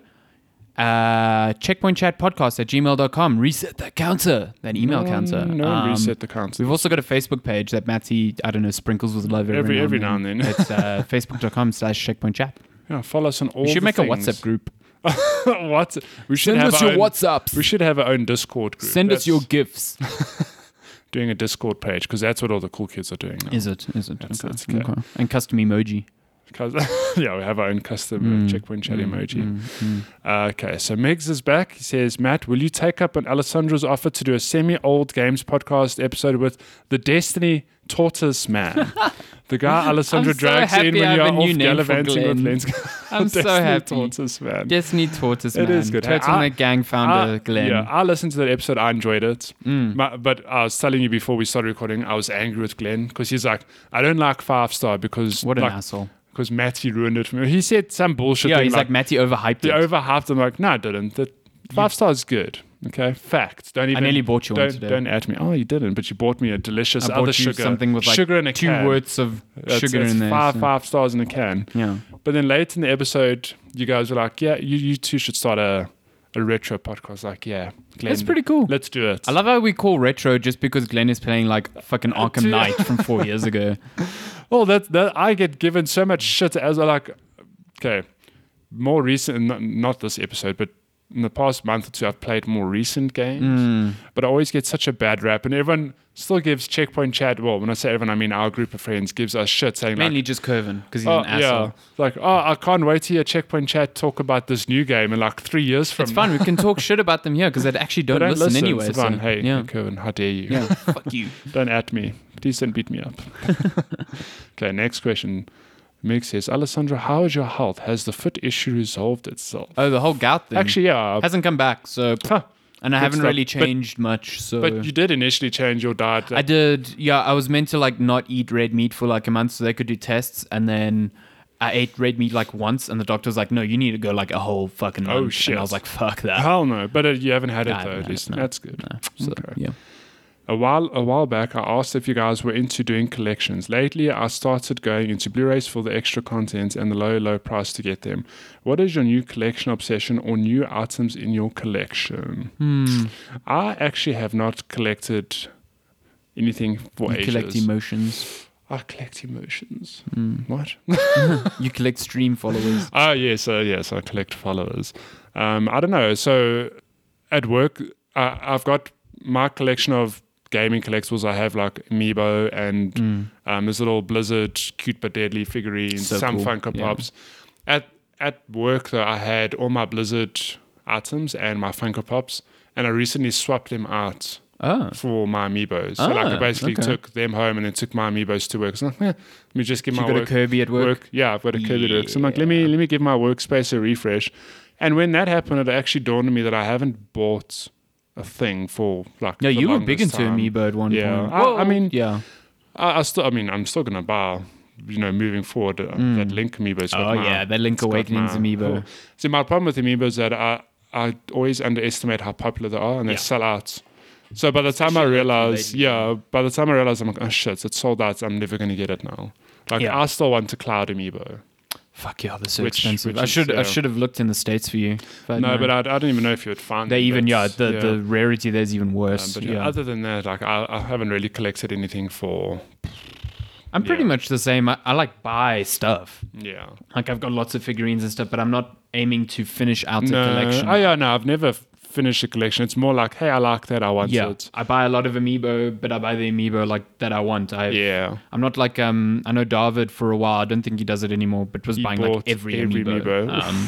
Uh, Checkpoint Chat podcast at gmail.com. Reset that counter, that email counter.
Mm, no
Um,
reset the counter.
We've also got a Facebook page that Matty, I don't know, sprinkles with love
Every-
every,
every
now and then. it's uh, facebook.com slash checkpoint chat.
Yeah, follow us on all.
We should
the
make a
things.
WhatsApp group.
what? We should
Send
have
us your
our own-
WhatsApps.
We should have our own Discord group.
Send us
That's
your gifts.
doing a Discord page because that's what all the cool kids are doing. Now.
Is it? Is it?
That's-
okay.
that's okay.
okay. And custom emoji.
'Cause- yeah, we have our own custom uh
Mm,
checkpoint chat emoji. Uh, okay, so Megs is back. He says, Matt, will you take up on Alessandra's offer to do a semi old games podcast episode with the Destiny Tortoise Man? the guy Alessandra
so
drags in
happy
when
I
you
have a new
are off
name for
gallivanting with
Glenn.
Lens.
I'm so
Destiny
happy.
Tortoise Man.
Destiny Tortoise
It
Man.
is good. Hey, I-
Turtleneck Gang founder
I-
Glenn. Mm.
Yeah, I listened to that episode. I enjoyed it. My- but I was telling you before we started recording, I was angry with Glenn because he's like, I don't like five star because
What an
like,
asshole.
because Matty ruined it for me. He said some bullshit.
Yeah,
thing
he's like,
like,
Matty overhyped
the
it.
overhyped. I'm like, no, I didn't. The five star is good. Okay, fact. Don't even.
nearly bought you one
don't,
today.
Don't at me. Oh, you didn't, but you bought me a delicious
I
other
bought you
sugar.
something with like
sugar in a
two
can.
worths of
That's-
sugar
that's
in there.
Five
so-
five stars in a can.
Yeah.
But then late in the episode, you guys were like, yeah, you you two should start a a retro podcast. Like, yeah, Glenn,
That's pretty cool.
Let's do it.
I love how we call retro just because Glenn is playing like fucking Arkham
Dude.
Knight from four years ago.
Well, Oh, that that I get given so much shit as I like. Okay, more recent, not, not this episode, but in the past month or two, I've played more recent games. But I always get such a bad rap, and everyone still gives Checkpoint Chat. Well, when I say everyone, I mean our group of friends gives us shit saying like,
Mainly just Curvin because he's
"Oh
an asshole.
yeah, like oh, I can't wait to hear Checkpoint Chat talk about this new game in like three years from
It's fun. We can talk shit about them here because they actually don't,
Don't
listen,
listen,
anyway.
It's
so-
fun. hey,
yeah,
Kevin, how dare you?
yeah. Fuck you.
Don't at me. Please don't beat me up. okay, next question. Meg says, Alessandra, how is your health? Has the foot issue resolved itself?
Oh, the whole gout thing
Actually, yeah.
hasn't come back. So,
Huh.
and I haven't
stuff.
really
But-
changed much. So,
But you did initially change your diet.
I did. Yeah, I was meant to like not eat red meat for like a month so they could do tests, and then I ate red meat like once, and the doctor was like, "No, you need to go like a whole fucking month."
Oh,
And
shit.
I was like, "Fuck that."
Hell no. But uh, you haven't had it,
No, I
though,
haven't
at
had
least.
it, no.
That's good.
So,
Okay.
yeah.
A while a while back, I asked if you guys were into doing collections. Lately, I started going into Blu-rays for the extra content and the low, low price to get them. What is your new collection obsession or new items in your collection? I actually have not collected anything for
You
ages.
collect Hmm. emotions.
I collect emotions. What?
You collect stream followers.
Oh, yes, uh, yes, I collect followers. Um, I don't know. So at work, uh, I've got my collection of gaming collectibles. I have like Amiibo and
Hmm.
um, this little Blizzard cute but deadly figurines,
So
some
cool.
Funko
Yeah.
Pops. At at work, though, I had all my Blizzard items and my Funko Pops, and I recently swapped them out
Oh,
for my Amiibos. So like I
Ah,
basically
okay.
took them home and then took my Amiibos to work. So I'm like, eh, let me just give
you
my
got a
work-
Kirby at work.
yeah, I've got a Kirby at work. So I'm like, let me let me give my workspace a refresh. And when that happened, it actually dawned on me that I haven't bought a thing for like.
No,
the
you were big
longest
into
time.
Amiibo at one
um, Yeah.
point.
I- I mean-
yeah.
I, I still, I mean, I'm still gonna buy. You know, moving forward, uh, that Link Amiibo.
Mm. Oh yeah, that Link Awakenings Amiibo.
See, my problem with Amiibo is that I I always underestimate how popular they are, and they
Yeah.
sell out. So by the time
Especially
I
lately,
realize,
lately.
yeah, by the time I realize, I'm like, oh shit, it's sold out. I'm never gonna get it now. Like,
Yeah.
I still want a Cloud Amiibo.
Fuck yeah, they're so
Which-
expensive.
which
I
is,
should
yeah.
I should have looked in the states for you.
No, but I, I don't even know if you would find
they
them,
even
but,
yeah the,
yeah.
the rarity there's even
Um,
worse.
but yeah,
yeah.
other than that, like I, I haven't really collected anything for
I'm pretty
Yeah.
much the same. I, I like buy stuff.
Yeah.
Like I've got lots of figurines and stuff, but I'm not aiming to finish out the
No.
collection.
Oh yeah, no, I've never f- finished a collection. It's more like, hey, I like that, I want
yeah,
it.
I buy a lot of amiibo, but I buy the amiibo like that I want. I
Yeah.
I'm not like um I know David for a while. I don't think he does it anymore, but was buying like
bought
every,
every
amiibo.
Amiibo.
Um,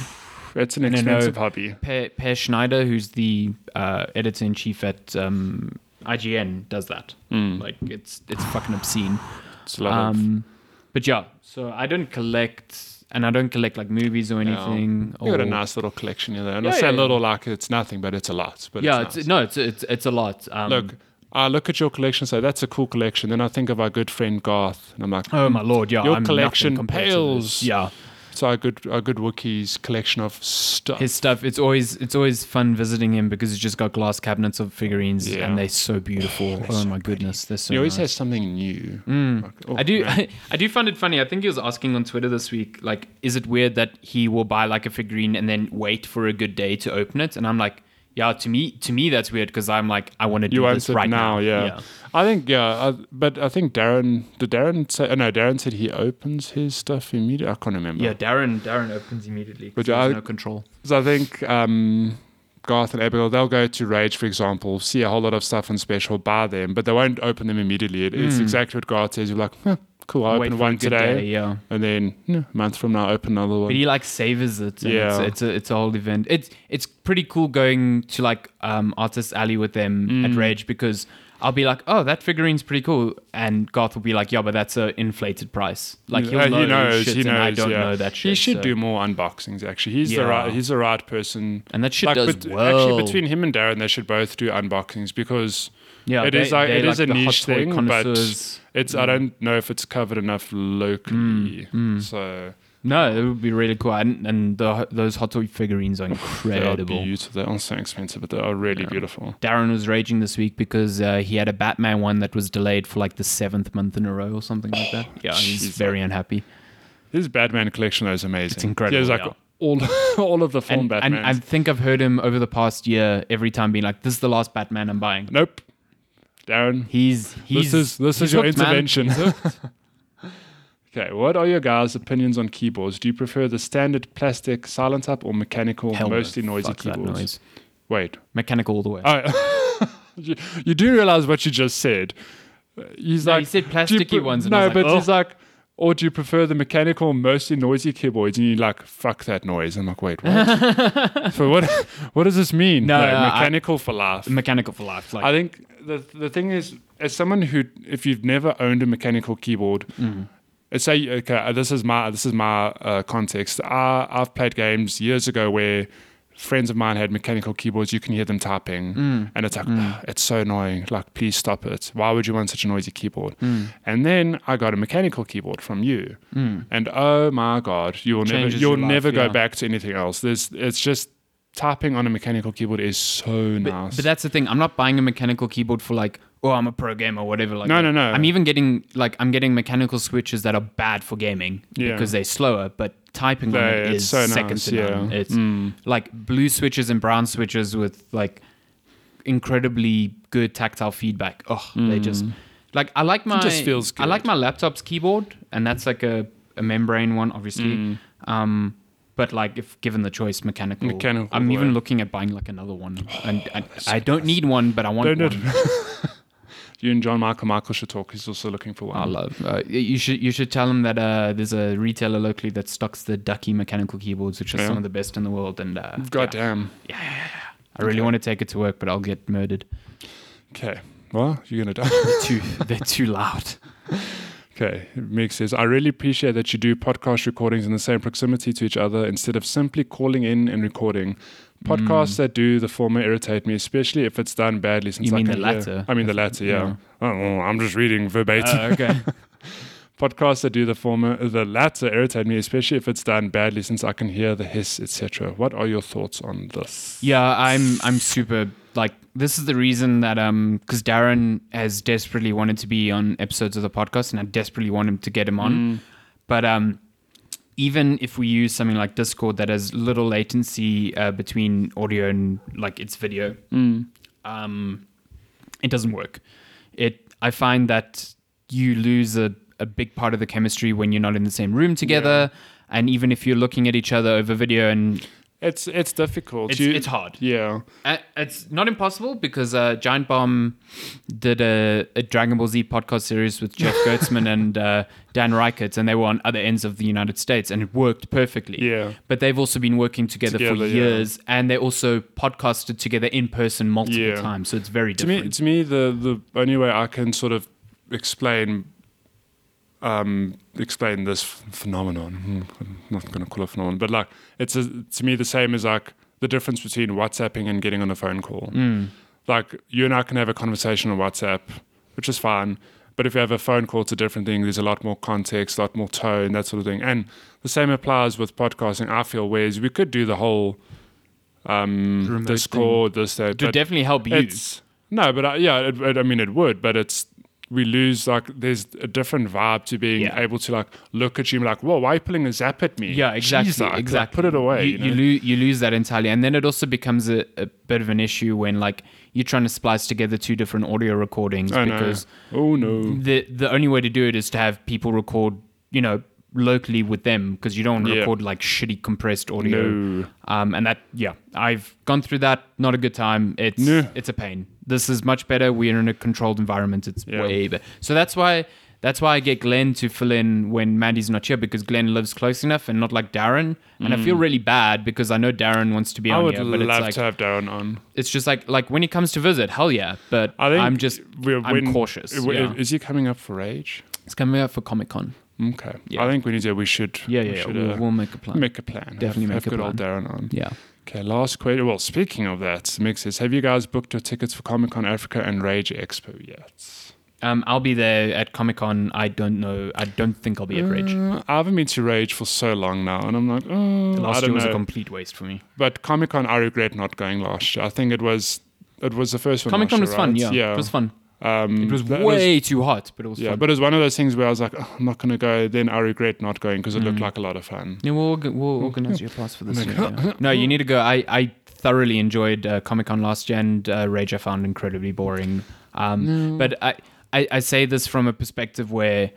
It's an
no, no.
expensive hobby.
per, per Schneider, who's the uh, editor in chief at um, IGN, does that.
Hmm.
Like it's it's fucking obscene.
It's a lot of-
Um, but yeah, so I don't collect, and I don't collect like movies or
Yeah.
anything.
You got a
or-
nice little collection here, though. And
Yeah,
I say
yeah, yeah.
little like it's nothing, but it's a lot. But
Yeah,
it's
it's,
nice.
no, it's it's it's a lot. Um,
look, I look at your collection, say that's a cool collection. Then I think of our good friend Garth, and I'm like,
oh my lord, yeah,
your
I'm nothing
collection
compared to
pales.
this. Yeah,
so our good, our good Wookiee's collection of stuff.
his stuff. It's always it's always fun visiting him because he's just got glass cabinets of figurines,
Yeah.
and they're so beautiful. oh my goodness, they're so.
he always
nice.
has something new. Like, oh,
Mm. I do
man.
I, do find it funny. I think he was asking on Twitter this week, like, is it weird that he will buy like a figurine and then wait for a good day to open it? And I'm like, yeah, to me, to me that's weird because I'm like, I want to do
You
this
answered
right
now,
now.
yeah. I think, yeah, I, but I think Darren, did Darren say, oh, no, Darren said he opens his stuff immediately. I can't remember.
yeah, Darren, Darren opens immediately. 'cause
But
he has
I-
no control.
So I think um, Garth and Abigail, they'll go to Rage, for example, see a whole lot of stuff on special, buy them, but they won't open them immediately. It- It's exactly what Garth says. You're like, huh, cool, I'll
Hmm. Wait
open
for a
one
good
today.
day, yeah.
And then hmm, a month from now, open another one.
But he like savors it. And
Yeah.
it's, it's a it's a whole event. It's it's pretty cool going to like um Artist Alley with them
Mm.
at Rage because I'll be like, oh, that figurine's pretty cool, and Garth will be like, yeah, but that's a inflated price. Like he'll
Uh,
know shit, and I don't
yeah.
know that shit.
He should
so-
do more unboxings. Actually, he's the
Yeah.
right. He's the right person.
And that shit does
bet-
well.
Actually, between him and Darren, they should both do unboxings because
Yeah,
it
they-
is like,
they're
it is
like
a
the hot
niche
toy
thing, but
connoisseurs.
it's
Hmm.
I don't know if it's covered enough locally. So
No, it would be really cool, and, and the, those hot toy figurines are
they are
incredible.
beautiful. They are so expensive, but they are really beautiful.
Darren was raging this week because uh, he had a Batman one that was delayed for like the seventh month in a row or something like that. Yeah, he's
Jesus.
very unhappy.
His Batman collection though, is amazing. It's
incredible,
He has like
yeah.
all all of the film
And, and
Batman.
I think I've heard him over the past year every time being like, "This is the last Batman I'm buying."
nope, Darren.
He's he's
this is this
he's
is your
hooked, man.
intervention. okay, what are your guys' opinions on keyboards? Do you prefer the standard plastic silent up or mechanical,
Hell no,
mostly noisy
fuck that
keyboards?
noise.
Wait,
Mechanical all the way.
Oh, you, you do realize what you just said. He's
No,
like
he said
"Do you
plasticky ones, and I
no,
was like, "Oh,
but he's like, or do you prefer the mechanical, mostly noisy keyboards? And you're like, fuck that noise. I'm like, wait, what? so what? What does this mean?
No, no, I-
mechanical for life.
Mechanical for life. Like,
I think the the thing is, as someone who, if you've never owned a mechanical keyboard,
Mm.
uh, say okay, uh, this is my this is my uh, context. I I've played games years ago where friends of mine had mechanical keyboards. You can hear them typing,
Mm.
and it's like "Ah, it's so annoying. Like, please stop it. Why would you want such a noisy keyboard?
Mm.
And then I got a mechanical keyboard from you, and oh my god, you will never
Changes
you'll
your life,
never go
yeah.
back to anything else. There's it's just. Typing on a mechanical keyboard is so nice.
But that's the thing. I'm not buying a mechanical keyboard for like, oh, I'm a pro gamer or whatever. Like,
No,
that.
no, no.
I'm even getting like I'm getting mechanical switches that are bad for gaming
Yeah.
because they're slower. But typing on
They-
it
it's
is
so
second
nice,
to none.
yeah. Mm.
It's like blue switches and brown switches with like incredibly good tactile feedback. Oh, they just like I like my
Mm. just feels
I like
good.
my laptop's keyboard, and that's like a, a membrane one, obviously.
Mm.
Um, but like if given the choice, mechanical.
Mechanical
I'm even
way.
looking at buying like another one, and I, I don't need one, but I want
Don't
one.
You and John Michael Michael should talk. He's also looking for one.
I love. Uh, you should you should tell them that uh, there's a retailer locally that stocks the Ducky mechanical keyboards, which are
Yeah.
some of the best in the world. And uh,
God
yeah.
damn.
I really want to take it to work, but I'll get murdered.
Okay. Well, you're gonna die.
Too they're too loud.
okay. Meg says, I really appreciate that you do podcast recordings in the same proximity to each other instead of simply calling in and recording. Podcasts that do the former irritate me, especially if it's done badly.
Mm.
Since
You
I
mean
can
the
hear-
latter?
I mean the latter. Yeah. Oh, I'm just reading verbatim.
Uh, okay.
Podcasts that do the former, the latter irritate me, especially if it's done badly, since I can hear the hiss, etc. What are your thoughts on this?
Yeah, I'm I'm super like this is the reason that um because Darren has desperately wanted to be on episodes of the podcast and I desperately want him to get him
Mm.
on. But um even if we use something like Discord that has little latency uh, between audio and like its video, um, it doesn't work. It I find that you lose a, a big part of the chemistry when you're not in the same room together. And even if you're looking at each other over video, and
It's it's difficult.
It's- it's hard.
Yeah.
uh, it's not impossible because uh, Giant Bomb did a, a Dragon Ball Z podcast series with Jeff Gertzman and uh, Dan Reichert, and they were on other ends of the United States, and it worked perfectly.
Yeah.
But they've also been working together, for
Together, yeah.
years, and they also podcasted together in person multiple
Yeah.
times, so it's very
To
different.
me, to me, the the only way I can sort of explain um, explain this ph- phenomenon. Hmm, I'm not going to call it a phenomenon, but like it's a, to me the same as like the difference between WhatsApping and getting on a phone call.
Hmm.
Like you and I can have a conversation on WhatsApp, which is fine. But if you have a phone call, it's a different thing. There's a lot more context, a lot more tone, that sort of thing. And the same applies with podcasting. I feel whereas we could do the whole um,
Remote
Discord, this, that.
it would
but-
definitely help you.
it's no, but I, yeah, it, it, I mean it would, but it's we lose like there's a different vibe to being
Yeah.
able to like look at you and be like, whoa, why are you pulling a zap at me?
Yeah,
Jeez,
exactly.
like, like,
exactly.
put it away.
You,
You,
you
know?
lose you lose that entirely, and then it also becomes a, a bit of an issue when like you're trying to splice together two different audio recordings
oh,
because
no. oh no,
the the only way to do it is to have people record, you know, locally with them because you don't want to
Yeah.
record like shitty compressed audio.
No.
Um, and that yeah, I've gone through that. Not a good time. It's
No.
it's a pain. This is much better. We're in a controlled environment. It's
Yeah.
way better. So that's why that's why I get Glenn to fill in when Mandy's not here because Glenn lives close enough and not like Darren. And I feel really bad because I know Darren wants to be
Mm. I
on
would
here, but it's
love
like
to have Darren on.
it's just like like when he comes to visit, hell yeah. But
I think
I'm just
we're
I'm cautious,
w-
yeah.
Is he coming up for age?
it's coming up for Comic Con.
Okay,
Yeah.
I think when he's here, we should.
Yeah,
we
yeah, yeah.
should,
We'll,
uh,
we'll make a plan.
Make a plan.
Definitely
have,
make
have
a
good old Darren on.
yeah.
Okay, last question. Well, speaking of that, makes sense. Have you guys booked your tickets for Comic Con Africa and Rage Expo yet?
Um, I'll be there at Comic Con. I don't know. I don't think I'll be at Rage.
Uh, I haven't been to Rage for so long now, and I'm like, oh, I
Last
don't
year was
know.
a complete waste for me.
but Comic Con, I regret not going last year. I think it was it was the first one.
Comic Con
last
was
year,
fun.
right?
Yeah, it was fun.
Um,
It was
that
way too hot, but it was
yeah,
fun.
but it was one of those things where I was like, oh, I'm not gonna go. Then I regret not going because it looked
Mm.
like a lot of fun.
yeah, we'll, org-
Hmm.
we'll organize your pass for this year. yeah. No, you need to go. I, I thoroughly enjoyed uh, Comic Con last year, and uh, Rage I found incredibly boring. Um, But I, I, I say this from a perspective where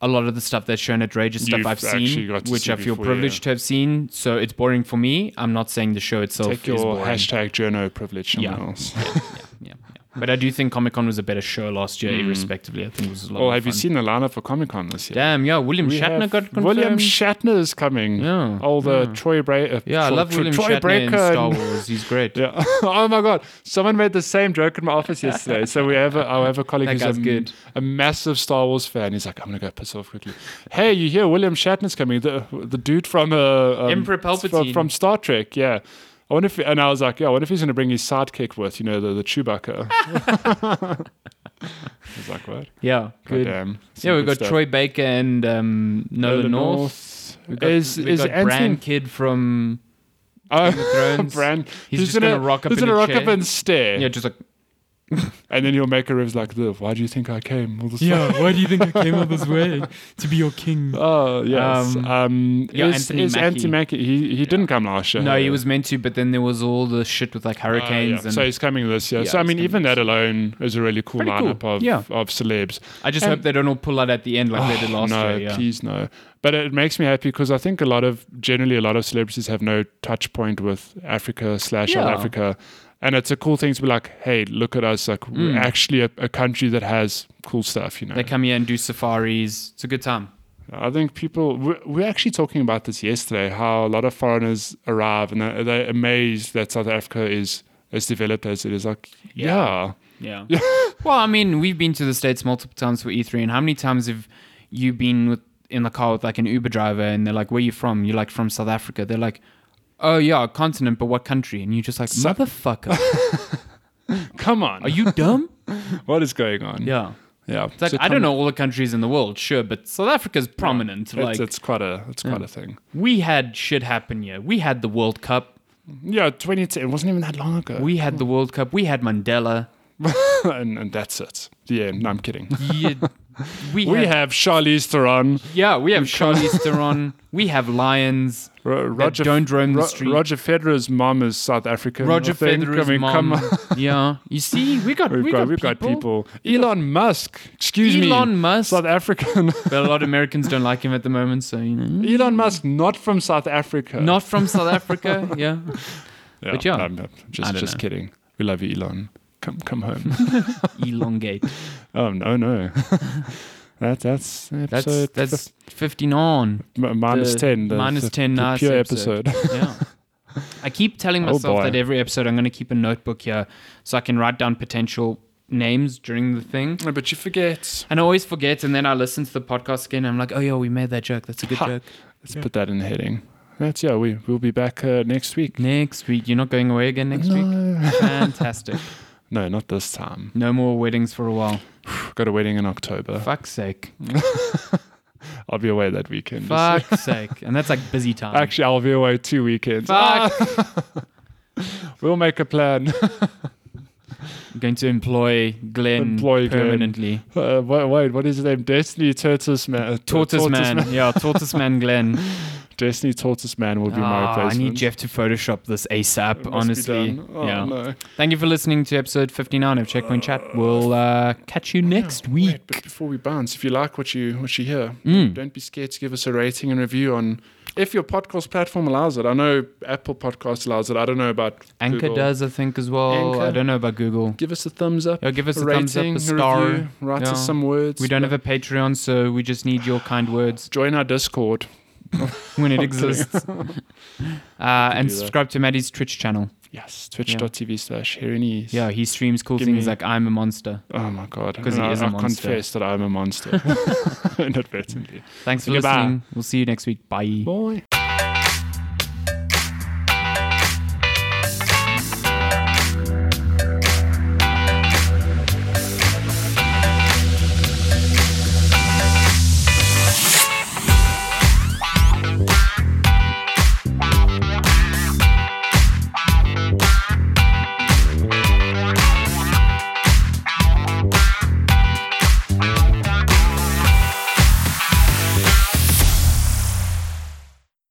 a lot of the stuff that's shown at Rage is stuff
You've
I've
actually
seen,
got to
which
see
I feel
before, yeah.
privileged to have seen. So it's boring for me. I'm not saying the show itself
Take
is
your
boring.
hashtag journo privilege somewhere
Yeah.
else.
yeah, yeah. But I do think Comic Con was a better show last year, irrespectively. I think it was a lot.
Well,
of
Hmm. Oh, have you
fun.
seen the lineup for Comic Con this year?
Damn, yeah, William
We
Shatner
have-
got confirmed.
William Shatner is coming.
Yeah,
All the Troy Bra- uh,
yeah, I
Tro-
love
Tro-
William
Troy
Shatner
Breaker
in Star
and-
Wars. He's great.
Yeah. oh my god. Someone made the same joke in my office yesterday. So we have a, I have a colleague
That
who's a,
guy's good.
a massive Star Wars fan. He's like, I'm gonna go piss off quickly. Hey, you hear William Shatner's coming? The the dude from uh, um,
Emperor
from,
Palpatine.
from Star Trek. Yeah. I wonder if, and I was like, yeah, I wonder if he's going to bring his sidekick with, you know, the, the Chewbacca. I was like, what?
Yeah, good.
Goddamn.
Yeah,
Some
we've
good
got
stuff.
Troy Baker and um, Nolan North. We got,
Is,
we
is
got
Anthony,
Bran Kid from
Oh,
Game of Thrones.
Brand.
He's just gonna rock up
He's
in
gonna
a
rock
chair.
up and stare,
yeah, just like
and then he'll make a ribs like, "The why do you think I came?" All this
yeah. Why do you think I came all this way to be your king?
Oh yes. Um,
Um, yeah,
is,
Anthony
is
Mackie.
Anthony Mackie? He he didn't come last year.
No, he was meant to, but then there was all the shit with like
Uh,
hurricanes,
yeah.
and
So he's coming this year.
Yeah,
so I
he's
mean,
coming
even that alone is a really cool
Pretty cool.
lineup of
Yeah.
of celebs.
I just
and-
hope they don't all pull out at the end like they did
Oh,
last
no,
year. Yeah.
please no. But it makes me happy because I think a lot of generally a lot of celebrities have no touch point with Africa slash South
Yeah.
Africa, and it's a cool thing to be like, hey, look at us, like we're
Mm.
actually a, a country that has cool stuff, you know.
They come here and do safaris. It's a good time.
I think people we're, we're actually talking about this yesterday. How a lot of foreigners arrive and they're, they're amazed that South Africa is as developed as it is. Like, yeah,
Yeah. Yeah. well, I mean, we've been to the States multiple times for E3, and how many times have you been with in the car with like an Uber driver and they're like, Where you from? You're like from South Africa. They're like, Oh yeah, continent, but what country? And you're just like,
Sa-
Motherfucker.
come on,
Are you dumb?
what is going on?
yeah.
yeah.
It's like
So
I
come-
don't know all the countries in the world, sure, but South Africa's prominent.
It's,
like
it's quite a it's quite a thing.
we had shit happen here. We had the World Cup.
Yeah, 2010. It wasn't even that long ago.
We had the World Cup. We had Mandela.
and, and that's it. Yeah, no, I'm kidding.
You- We,
We
have,
have Charlize Theron,
yeah, we have Charlize Theron. We have lions.
Ro- Roger,
don't roam the
Ro-
street.
Roger Federer's mom is South African. I
Roger
think. I
Federer's
mean, come
mom.
on.
yeah, you see, we got
We've,
we
got,
got,
we've
people.
got people. Elon Musk. Excuse me.
Elon Musk.
South African.
But a lot of Americans don't like him at the moment, so you know.
Elon Musk, not from South Africa.
Mm. Not from South Africa, yeah. but yeah.
I'm, I'm
I
just,
don't
just
know.
kidding. We love you, Elon. Come, come home.
Elongate.
oh no, no. that, that's
That's
episode
that's 59.
fif- m- minus
the-
ten. The,
minus
the,
10
the
nice
pure
episode.
episode.
Yeah. I keep telling
Oh,
myself
boy.
that every episode I'm going to keep a notebook here so I can write down potential names during the thing.
No, but you forget.
And I always forget, and then I listen to the podcast again. And I'm like, oh, yeah, we made that joke. That's a good
Ha.
joke.
Let's put that in the heading. That's yeah. We we'll be back uh, next week.
Next week. You're not going away again next week?
No.
Fantastic.
no, not this time.
No more weddings for a while.
Got a wedding in October.
Fuck's sake.
I'll be away that weekend.
Fuck's sake. And that's like busy time.
Actually, I'll be away two weekends.
Fuck.
We'll make a plan.
I'm going to employ Glenn
Employ Glenn.
permanently.
Uh, wait, wait, what is his name? Destiny Tortoise Man.
Tortoise, man. Yeah, Tortoise Man Glenn.
Destiny Tortoise Man will be
Ah,
my
I
replacement.
need Jeff to Photoshop this ASAP,
It must be
honestly.
done. Oh,
yeah.
no.
Thank you for listening to episode 59 of Checkpoint Chat. We'll uh, catch you next
Wait,
week.
but before we bounce, if you like what you what you hear,
Mm.
don't be scared to give us a rating and review on if your podcast platform allows it. I know Apple Podcast allows it. I don't know about
Anchor
Google.
does, I think, as well.
Anchor?
I don't know about Google.
Give us a thumbs up.
Yeah, give us a,
rating,
thumbs up, a star.
review, write
Yeah.
us some words.
We don't have a Patreon, so we just need your kind words
Join our Discord.
when it
kidding.
exists. uh, and
do that.
subscribe to Maddie's Twitch channel.
Yes, twitch.tv slash here in East.
Yeah, he streams cool
Give
things
me-
like I'm a monster.
Oh my god.
'Cause he
And I,
is a
I
monster.
confess that I'm a monster. Inadvertently.
Thanks for
Goodbye.
listening. We'll see you next week. Bye.
Boy.